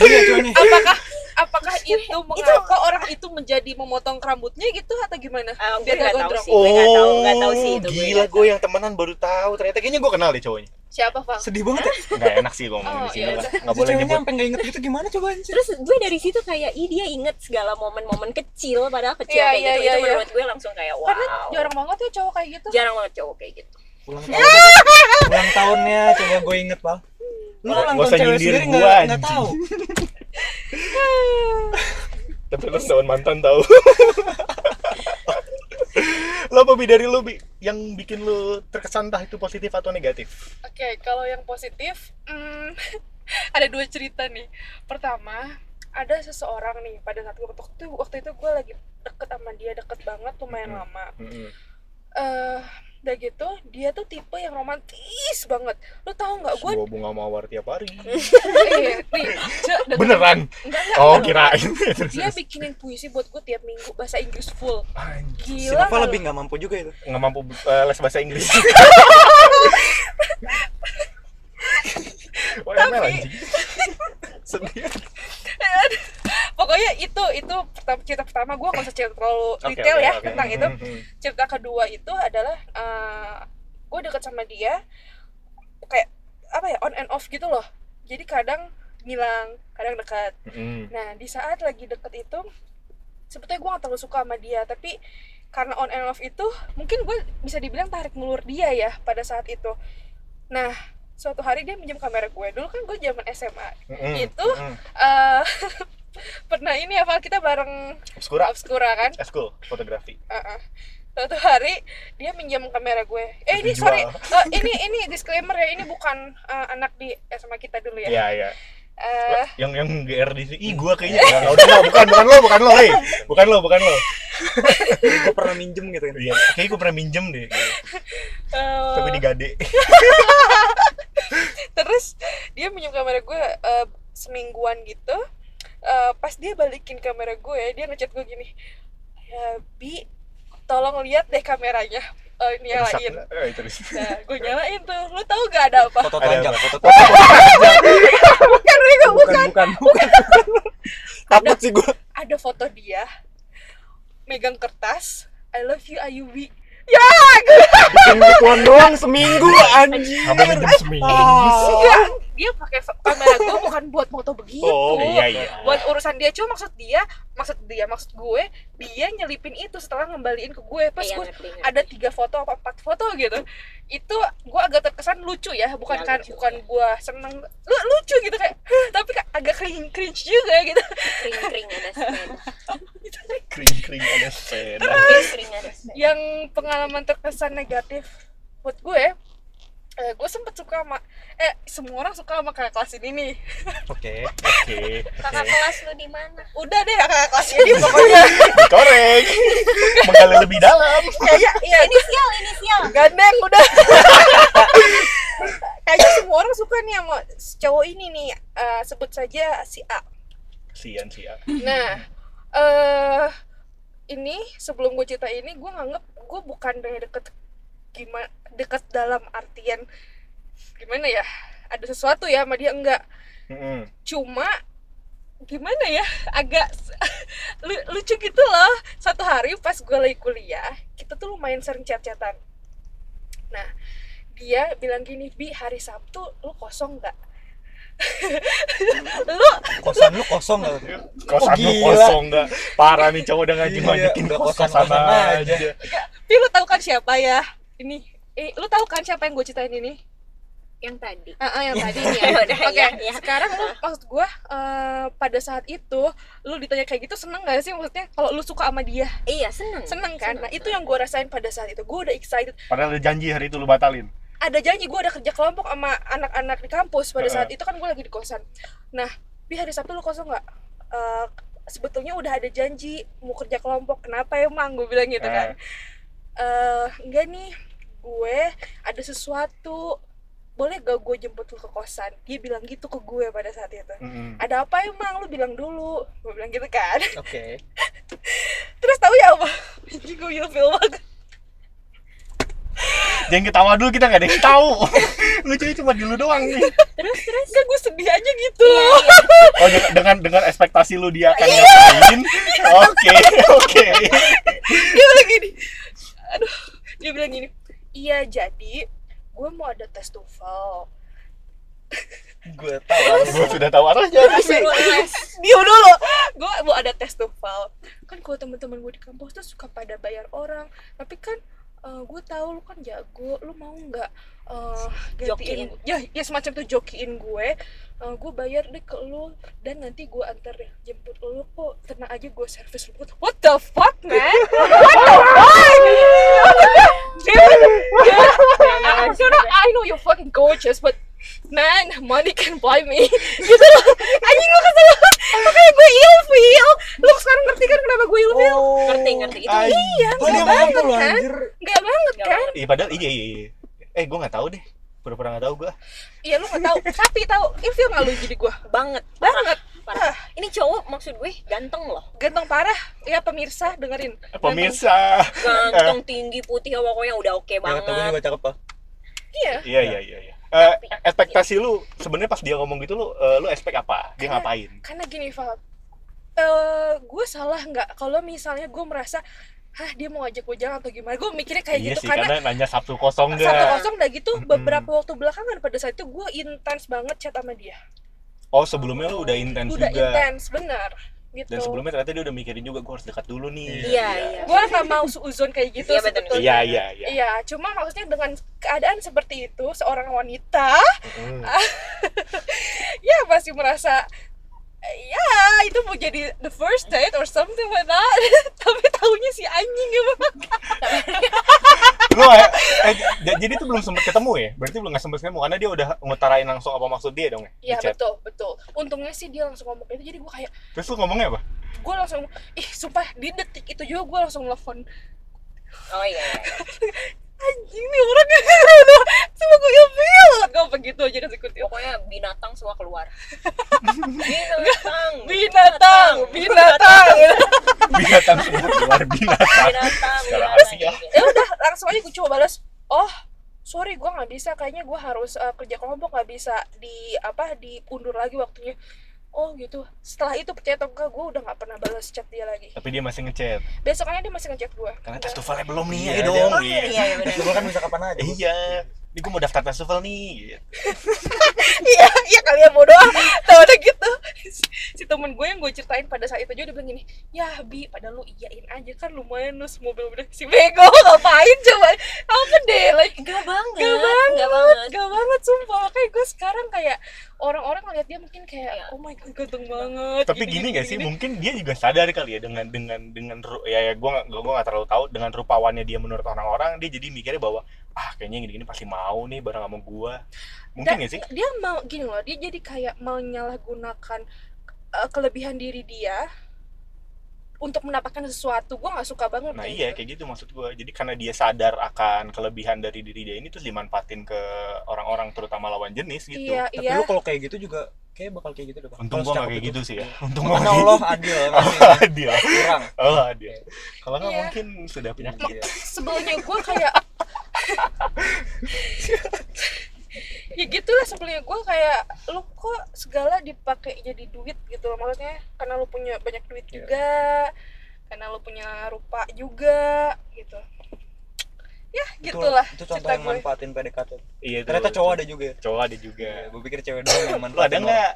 B: sedih ya cowoknya
C: Apakah apakah itu,
D: itu-
C: mengapa orang itu menjadi memotong rambutnya gitu atau gimana?
D: Eh, gue
C: Biar gak
D: nggak tahu
C: gondrong.
D: sih gue nggak tahu nggak tahu sih itu
A: gila
D: nggak
A: gue
D: tahu.
A: yang temenan baru tahu ternyata kayaknya gue kenal deh cowoknya
C: Siapa, Bang?
B: sedih banget ya
A: nggak enak sih gue ngomongin
C: Oh,
A: di sini lah
C: iya udah.
A: nggak
B: Si
A: boleh
B: ceweknya
A: nyebut
B: sampai nggak inget gitu gimana coba anjir
D: terus gue dari situ kayak ih dia inget segala momen-momen kecil padahal kecil
C: Iya,
D: kayak
C: iya,
D: gitu
C: iya,
D: itu
C: iya.
D: menurut gue langsung kayak wow
C: Karena jarang banget ya cowok kayak gitu.
D: jarang banget cowok kayak gitu
B: ulang tahun ulang tahunnya coba gue inget pal lu
A: Nggak usah
B: ulang tahun cewek
A: nyindir
B: sendiri
A: gua,
B: nggak nggak
A: anjing.
B: tahu
A: tapi lu tahun mantan tahu lo apa Bi, dari lu Bi, yang bikin lu terkesan entah itu positif atau negatif
C: Oke, kalau yang positif, hmm, ada dua cerita nih. Pertama, ada seseorang nih pada saat gue waktu itu, waktu itu gue lagi deket sama dia deket banget lumayan
A: Hmm.
C: lama. Eh, udah gitu dia tuh tipe yang romantis banget. Lu tahu nggak gue?
A: sebuah bunga mawar tiap hari
C: iya, nih, dia deket-
A: beneran
C: Enggak, enggak,
A: oh
C: enggak.
A: kirain Terus,
C: Dia
A: terus.
C: bikinin puisi buat gue tiap minggu bahasa Inggris full.
A: Anjing,
B: si Nova
C: Gila. nggak
B: lebih
C: lu?
B: nggak mampu juga itu
A: nggak mampu eh, les bahasa Inggris OML
C: Tapi-
A: anjing sedih
C: Pokoknya itu itu pertama- cerita pertama gue nggak usah cerita terlalu
A: Oke,
C: detail
A: oke,
C: ya
A: oke.
C: tentang itu.
A: Hmm, hmm.
C: cerita kedua itu adalah gue deket sama dia kayak apa ya on and off gitu loh jadi kadang ngilang kadang dekat
A: Hmm.
C: nah di saat lagi deket itu sebetulnya gue gak terlalu suka sama dia tapi karena on and off itu mungkin gue bisa dibilang tarik ngulur dia ya pada saat itu nah suatu hari dia minjem kamera gue dulu kan gue zaman SMA
A: Hmm,
C: Itu,
A: hmm.
C: Eh, pernah ini apa kita bareng
A: obskura
C: obskura kan
A: eskul Eh, fotografi
C: Heeh. Suatu hari dia minjam kamera gue. Eh ini
A: Dijual.
C: sorry, Eh, ini ini disclaimer ya ini bukan eh, anak di SMA kita dulu ya.
A: Iya, iya.
C: Eh, Iya.
A: yang yang GR di sini. Ih, gua kayaknya enggak udah enggak, bukan bukan lo, bukan lo, hei. Bukan lo, bukan lo.
B: gue pernah minjem gitu kan
A: Iya, kayaknya gua pernah minjem deh.
C: eh,
A: Tapi digade.
C: terus dia minjem kamera gue eh, semingguan gitu. Eh, pas dia balikin kamera gue, dia ngechat gue gini, "Ya, Bi, tolong lihat deh kameranya, Eh, nyalain."
A: Rusak. Eh, terus.
C: Nah, gue nyalain tuh. Lu tahu gak ada apa?
B: foto
A: Ada
B: telanjang
A: apa?
B: foto telanjang
C: Bukan, Rego, bukan.
B: bukan bukan takut sih gue
C: Ada foto dia megang kertas, "I love you, Ayubi." Ya, gue
B: bikin gituan doang seminggu anjing
C: Iya,
A: Kamu minjem seminggu. Oh,
C: Enggak, Iya. dia pakai f- kamera gue bukan buat foto begitu.
A: Oh, iya iya.
C: Buat urusan dia cuma maksud dia, maksud dia, maksud gue, dia nyelipin itu setelah ngembaliin ke gue. Pas
D: Iya,
C: gue
D: ngerti, ngerti.
C: ada tiga foto apa empat foto gitu. Itu gue agak terkesan lucu ya, bukan
D: Ya,
C: kan
D: lucu,
C: bukan
D: ya.
C: gue seneng lu, lucu gitu kayak, "Hah," tapi kayak agak cringe, cringe juga gitu.
D: kering kering ada stand
A: Kering-kering ada sepeda.
D: kering kering ada stand
C: yang pengalaman terkesan negatif buat gue eh, gue sempet suka sama eh semua orang suka sama kakak kelas ini nih
B: oke
A: Oke.
D: kakak kelas lu di mana
C: udah deh kakak kelas
D: Iya,
C: ini pokoknya
A: Korek. Menggali lebih dalam.
C: ya ya
D: iya,
C: ya
D: inisial inisial
C: gandeng udah kayaknya semua orang suka nih sama si cowok ini nih eh, sebut saja si A
A: Sian sian.
C: nah eh ini sebelum gue cerita ini gue nganggep gue bukan dari deket gimana deket dalam artian gimana ya ada sesuatu ya sama dia enggak
A: Heeh.
C: cuma gimana ya agak lu- lucu gitu loh satu hari pas gue lagi kuliah kita tuh lumayan sering chat-chatan nah dia bilang gini bi hari sabtu lu kosong nggak lu
B: kosan lu kosong gak
A: Kosan lu
B: gila.
A: kosong enggak? Parah nih cowok dengan
B: Iya,
A: dimanjakin
B: udah
A: kos kosan
B: kosan-kosan aja.
A: aja.
C: bi lu tahu kan siapa ya ini eh, lu tahu kan siapa yang gue ceritain ini
D: yang tadi
C: Ah, ah, yang tadi ya.
D: Ya udah,
C: Oke,
D: ya, ya.
C: sekarang lu maksud gua eh, pada saat itu lu ditanya kayak gitu seneng gak sih maksudnya kalau lu suka sama dia
D: iya seneng
C: seneng kan?
D: Seneng,
C: Nah itu
D: seneng.
C: yang gua rasain pada saat itu gua udah excited.
A: Padahal ada janji hari itu lu batalin.
C: Ada janji gua ada kerja kelompok sama anak-anak di kampus pada saat itu kan gua lagi di kosan. Nah di hari Sabtu lu kosong nggak? Eh, sebetulnya udah ada janji mau kerja kelompok kenapa emang gue bilang gitu kan? eh enggak nih gue ada sesuatu boleh gak gue jemput lu ke kosan dia bilang gitu ke gue pada saat itu
A: Eh, mm-mm.
C: ada apa emang lu bilang dulu gue bilang gitu kan
B: Oke.
C: terus tahu ya apa Anjing, gue ilfil banget
A: Jangan ketawa dulu kita nggak ada yang tahu. Lucunya cuma dulu doang nih.
C: enggak gue sedih aja gitu
A: Oh dengan dengan, dengan ekspektasi lu dia akan ngapain? Oke oke.
C: dia bilang gini aduh dia bilang gini iya jadi gue mau ada tes TOEFL
B: Gue tahu.
A: Gue sudah tahu arahnya
D: Terus suruh les.
C: diam dulu gue mau ada tes TOEFL kan kalau teman-teman gue di kampus tuh suka pada bayar orang tapi kan gue tahu lu kan jago lu mau nggak eh, gantiin ya, ya semacam tuh jokiin gue Eh, gue bayar deh ke lu dan nanti gue antar deh jemput lu kok tenang aja gue servis lu what the fuck man what the fuck dude yeah, I, you know, I know you're fucking gorgeous but man money can buy me gitu loh anjing lu kesel banget. makanya gue ilfil lu sekarang ngerti kan kenapa gue ilfil
B: Oh.
D: ngerti ngerti itu
A: Iya.
B: Oh, dia
C: banget,
B: mampu loh
C: kan?
B: anjir.
C: nggak banget
D: Nggak
C: kan
A: Iya padahal iya iya. iya. Eh gue nggak tahu deh. Pura-pura nggak tahu gue.
C: iya lu nggak tahu tapi tahu ilfil nggak lu jadi gue
D: banget
C: banget
D: parah ini cowok maksud gue ganteng loh
C: ganteng parah ya pemirsa dengerin
A: Pemirsa.
D: ganteng tinggi putih pokoknya udah oke
B: Yang kata gue
D: banget
B: juga cakep pak.
C: iya
A: Iya iya iya. iya. Eh, ekspektasi lu sebenarnya pas dia ngomong gitu lu eh, lu expect apa? Dia ngapain?
C: karena gini Val Eh, gue salah nggak kalau misalnya gue merasa hah dia mau ajak gue jalan atau gimana gue mikirnya kayak
A: iya
C: gitu
A: sih
C: karena
A: karena nanya Sabtu kosong
C: satu
A: enggak.
C: kosong udah gitu
A: Mm-mm.
C: beberapa waktu belakangan pada saat itu gue intens banget chat sama dia
A: Oh sebelumnya lu udah intens
C: udah
A: juga.
C: intens bener gitu
A: Dan sebelumnya ternyata dia udah mikirin juga gue harus dekat dulu nih.
D: iya iya
C: gue nggak mau suuzon kayak gitu
D: Iya, betul.
C: sebetulnya
A: Iya iya iya.
C: Iya, cuma maksudnya dengan keadaan seperti itu seorang wanita
A: Mm.
C: ya pasti merasa ya itu mau jadi the first date or something like that tapi tahunya si anjing ya, emang
A: lu eh, eh, j- jadi itu belum sempet ketemu ya berarti belum nggak sempet ketemu karena dia udah ngutarain langsung apa maksud dia dong ya di
C: ya
A: chat.
C: betul betul untungnya sih dia langsung ngomong kayak itu jadi gue kayak
A: terus lu ngomongnya apa
C: gue langsung ih sumpah di detik itu juga gue langsung telepon
D: oh iya iya
C: anjing nih orang gak ada cuma gue ilfil gue begitu aja eksekutif
D: pokoknya binatang semua keluar binatang
C: binatang binatang
A: binatang sebut luar binatang
D: binatang
A: Segala hasiah.
D: Iya.
C: ya udah langsung aja gue coba balas oh sorry gue nggak bisa kayaknya gue harus eh, kerja kelompok nggak bisa di apa diundur lagi waktunya oh gitu setelah itu percaya atau enggak gue udah nggak pernah balas chat dia lagi
A: tapi dia masih ngechat
C: besokannya dia masih ngechat gue
A: karena tes tuvalnya belum nih
B: Iya,
A: ayo
B: dia-
A: dong
D: Oh, iya iya benar
B: Gue kan bisa kapan aja.
A: iya ini gue mau daftar tes tuval nih gitu.
C: iya iya kalian bodoh tau ada gitu si, si temen gue yang gue ceritain pada saat itu juga dia bilang gini ya bi pada lu iyain aja kan lumayan lu mobil mobil si bego ngapain coba apa deh like
D: Enggak banget.
C: Gak
D: Gak banget.
C: Gak banget sumpah kayak gue sekarang kayak orang-orang ngeliat dia mungkin
D: Iya.
C: kayak oh my god ganteng banget
A: tapi gini gak sih mungkin dia juga sadar kali ya dengan dengan dengan ru- ya, ya gue gak gue gak terlalu tahu dengan rupawannya dia menurut orang-orang dia jadi mikirnya bahwa ah kayaknya yang gini-gini pasti mau nih bareng sama gue mungkin
C: Dan
A: gak sih
C: dia mau gini loh dia jadi kayak menyalahgunakan eh, kelebihan diri dia untuk mendapatkan sesuatu gue nggak suka banget
A: Nah
C: kayak
A: iya
C: gitu.
A: kayak gitu maksud gue. Jadi karena dia sadar akan kelebihan dari diri dia ini terus dimanfaatin ke orang-orang terutama lawan jenis gitu.
C: iya
B: Tapi
C: iya
B: lu kalau kayak gitu juga kayak bakal kayak gitu deh. Pak.
A: Untung
B: Kalau
A: gue
B: secakep
A: gak kayak
B: itu.
A: gitu sih ya. Untung gue
B: Makanya Allah adil masih
A: dia.
B: gitu. kurang.
A: Allah dia. Kalau nggak
C: Iya.
A: mungkin sudah penyakit.
B: Iya.
C: sebelumnya gue kayak ya gitulah sebelumnya gue kayak lu kok segala dipakai jadi duit gitu loh maksudnya karena lu punya banyak duit
B: Iya.
C: juga karena lu punya rupa juga gitu ya
B: Itu-
C: gitulah
B: Itu contoh
C: cerita
B: yang
C: gue.
B: manfaatin PDKT.
A: Iya itu.
B: Ternyata cowok ada juga ya.
A: Cowok ada juga.
B: Gue pikir cewek doang yang
A: Lu Iya. ada
B: manfaatin. orang.
A: nggak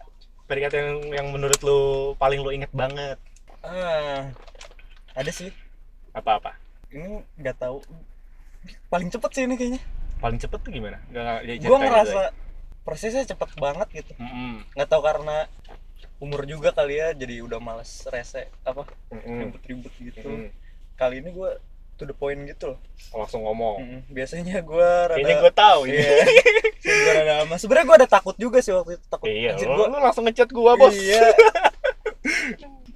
A: PDKT yang, yang menurut lu paling lu inget banget?
B: Ah, ada sih.
A: Apa-apa?
B: Ini nggak tahu. Paling cepet sih ini kayaknya.
A: Paling cepet tuh gimana? Gak, gak,
B: Gue ngerasa prosesnya cepet banget gitu
A: gitu ya? Mm-mm.
B: nggak tahu karena umur juga kali ya jadi udah males rese apa
A: Mm-mm.
B: ribut-ribut gitu
A: Mm-mm.
B: kali ini gue to the point gitu loh
A: langsung ngomong
B: Mm-mm. biasanya gue rada
A: kayaknya gue tahu ini
B: Iya. gue rada lama sebenarnya gue ada takut juga sih waktu itu takut
A: iya
B: anjir,
A: lu,
B: gua-
A: lu langsung ngechat gue bos
B: iya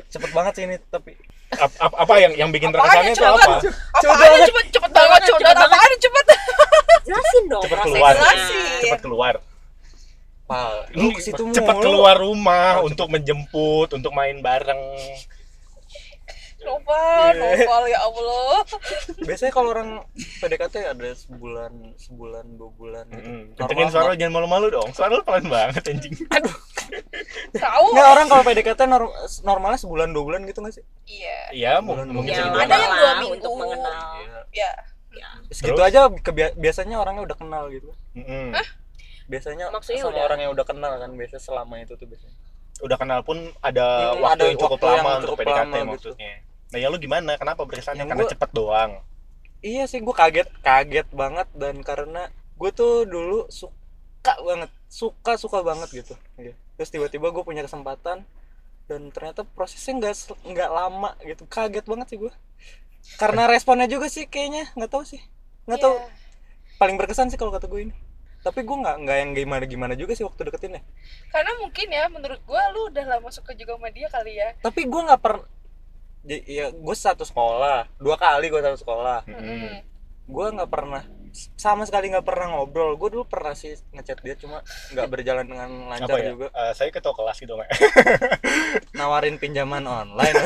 B: cepet banget sih ini tapi
A: Ap- ap- apa yang yang bikin
C: Apaan
A: terkesannya
C: ya,
A: itu apa
B: Cepet
C: Apaan
B: banget.
C: cepet cepet, cepet banget, cepet banget, apaan ya, cepet
D: jelasin dong
A: Cepet
D: prosesnya Iya,
A: keluar.
C: Jelasin.
A: cepat keluar
B: pal
A: lu
B: lu kesitu
A: cepat
B: mulu.
A: keluar rumah
B: Oh,
A: untuk menjemput untuk main bareng
C: Noval,
B: Iya.
C: Noval ya Allah
B: biasanya kalau orang PDKT ada sebulan sebulan dua bulan gitu.
A: Mm-mm.
B: Normal
A: kencengin suara lu,
B: banget.
A: jangan malu-malu dong suara lu pelan banget anjing
C: Tahu
B: Nggak, orang kalau PDKT norm- normalnya sebulan dua bulan gitu nggak sih
C: Iya
A: iya
B: Bulan
A: mungkin
B: dua bulan.
D: ya
A: sebulan.
D: ada yang dua
C: Lah,
D: minggu Iya. untuk
C: untuk
D: mengenal
C: Ya
A: Iya.
B: segitu
A: Terus?
B: aja kebia- biasanya orangnya udah kenal gitu
A: Mm-mm.
B: biasanya
D: Maksudnya
B: sama
D: udah-
B: orang yang udah kenal kan biasanya selama itu tuh biasanya
A: udah kenal pun ada
B: Hmm,
A: waktu
B: ada
A: yang cukup
B: waktu yang
A: lama untuk
B: cukup
A: PDKT
B: lama gitu.
A: maksudnya nah ya lu gimana kenapa berkesannya
B: Ya,
A: karena
B: gua-
A: cepet doang
B: iya sih gue kaget kaget banget dan karena gue tuh dulu suka banget suka suka banget gitu Iya. terus tiba-tiba gue punya kesempatan dan ternyata prosesnya nggak se- nggak lama gitu kaget banget sih gue karena responnya juga sih kayaknya nggak tahu sih nggak tahu
C: Iya.
B: paling berkesan sih kalau kata gue ini tapi gue nggak nggak yang gimana gimana juga sih waktu deketin ya
C: Karena mungkin ya menurut gue lu udah lama suka juga sama dia kali ya
B: tapi gue nggak pernah ya gue satu sekolah dua kali gue satu sekolah
A: Mm-mm.
B: gue nggak pernah sama sekali nggak pernah ngobrol gue dulu pernah sih ngechat dia cuma nggak berjalan dengan
A: apa
B: lancar
A: ya
B: juga
A: Eh, saya ketua kelas gitu Mak.
B: nawarin pinjaman online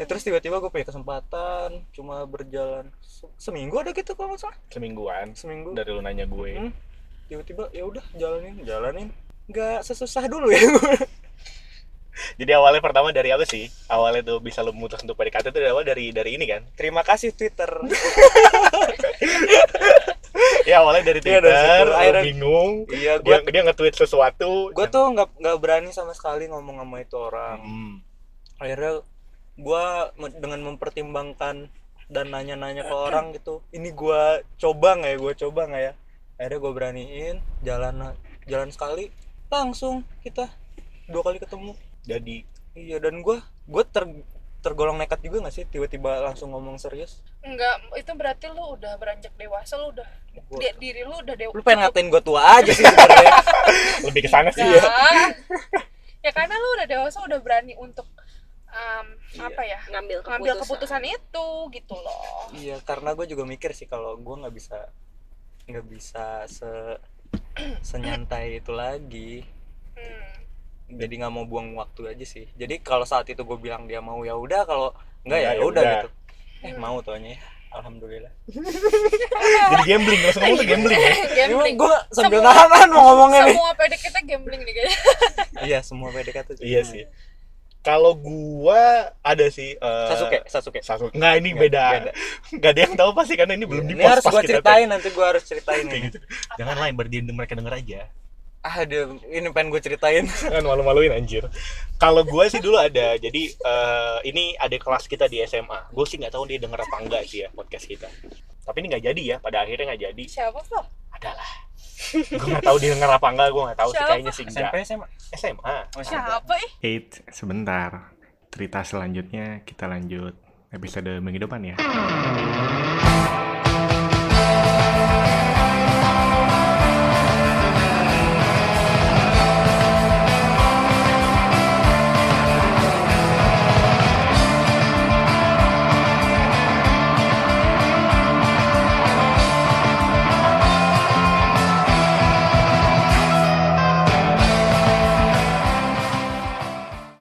B: Ya, terus tiba-tiba gue punya kesempatan cuma berjalan se- seminggu ada gitu kalau nggak salah
A: semingguan
B: seminggu
A: dari lu nanya gue
B: Hmm. tiba-tiba ya udah jalanin jalanin nggak sesusah dulu ya
A: jadi awalnya pertama dari apa sih awalnya tuh bisa lu memutus untuk PDKT itu dari awal dari dari ini kan
B: terima kasih Twitter
A: ya awalnya dari
B: Iya,
A: Twitter
B: dari situ.
A: lu
B: Akhirnya-
A: bingung
B: iya
A: dia
B: gue
A: dia nge-tweet sesuatu
B: gue tuh nggak nggak berani sama sekali ngomong sama itu orang
A: Hmm.
B: akhirnya gua me- dengan mempertimbangkan dan nanya-nanya ke orang gitu ini gua coba nggak ya gue coba nggak ya akhirnya gue beraniin jalan jalan sekali langsung kita dua kali ketemu
A: jadi
B: iya dan gua gue ter tergolong nekat juga nggak sih tiba-tiba langsung ngomong serius
C: Enggak, itu berarti lu udah beranjak dewasa, lu udah
B: Gua-
C: di- diri lu udah dewasa.
B: lu pengen ngatain gue tua aja sih sebenarnya
A: lebih ke sana sih
C: Enggak. Iya.
A: Iya.
C: ya karena lu udah dewasa udah berani untuk um,
B: Iya.
C: apa ya?
D: ngambil keputusan.
C: ngambil keputusan itu gitu loh.
B: iya karena gue juga mikir sih kalau gua nggak bisa nggak bisa se senyantai itu lagi
C: Hmm.
B: jadi nggak mau buang waktu aja sih jadi kalau saat itu gue bilang dia mau ya udah kalau nggak ya
A: Nggak, ya
B: udah
A: udah.
B: gitu eh mau taunya ya. alhamdulillah
A: jadi gambling langsung ngomong tuh gambling ya
C: Hmm. gambling.
B: gue sambil
C: Iya, Semua-
B: nahan mau ngomongnya nih
C: Semua PD kita gambling nih kayaknya.
B: iya semua PDKT
A: iya sih kalau gua ada sih eh,
B: Sasuke Sasuke Iya,
A: Sasuke. Nggak, ini beda. Nggak ada yang tahu pasti karena ini belum
B: Ini
A: di-post
B: harus
A: pas
B: gue
A: kita
B: ceritain nanti gue harus ceritain
A: tag. Kayak
B: ini
A: gitu. Jangan lain berdiam diri, mereka denger aja.
B: ah dia- ini pengen gue ceritain
A: Kan malu-maluin anjir. Kalau gue sih dulu ada. Jadi eh, ini ada kelas kita di SMA. Gue sih nggak tahu dia denger apa enggak sih ya podcast kita. Tapi ini nggak jadi ya. Pada akhirnya nggak jadi.
C: Siapa lo?
A: Adalah. Gue nggak tahu dia denger apa enggak. Gue nggak tahu sih
C: Siapa?
A: kayaknya sih enggak.
B: SMP SMA
A: SMA.
B: Oh, SMP.
C: Siapa ih?
E: Eits, sebentar. Cerita selanjutnya kita lanjut episode minggu depan ya.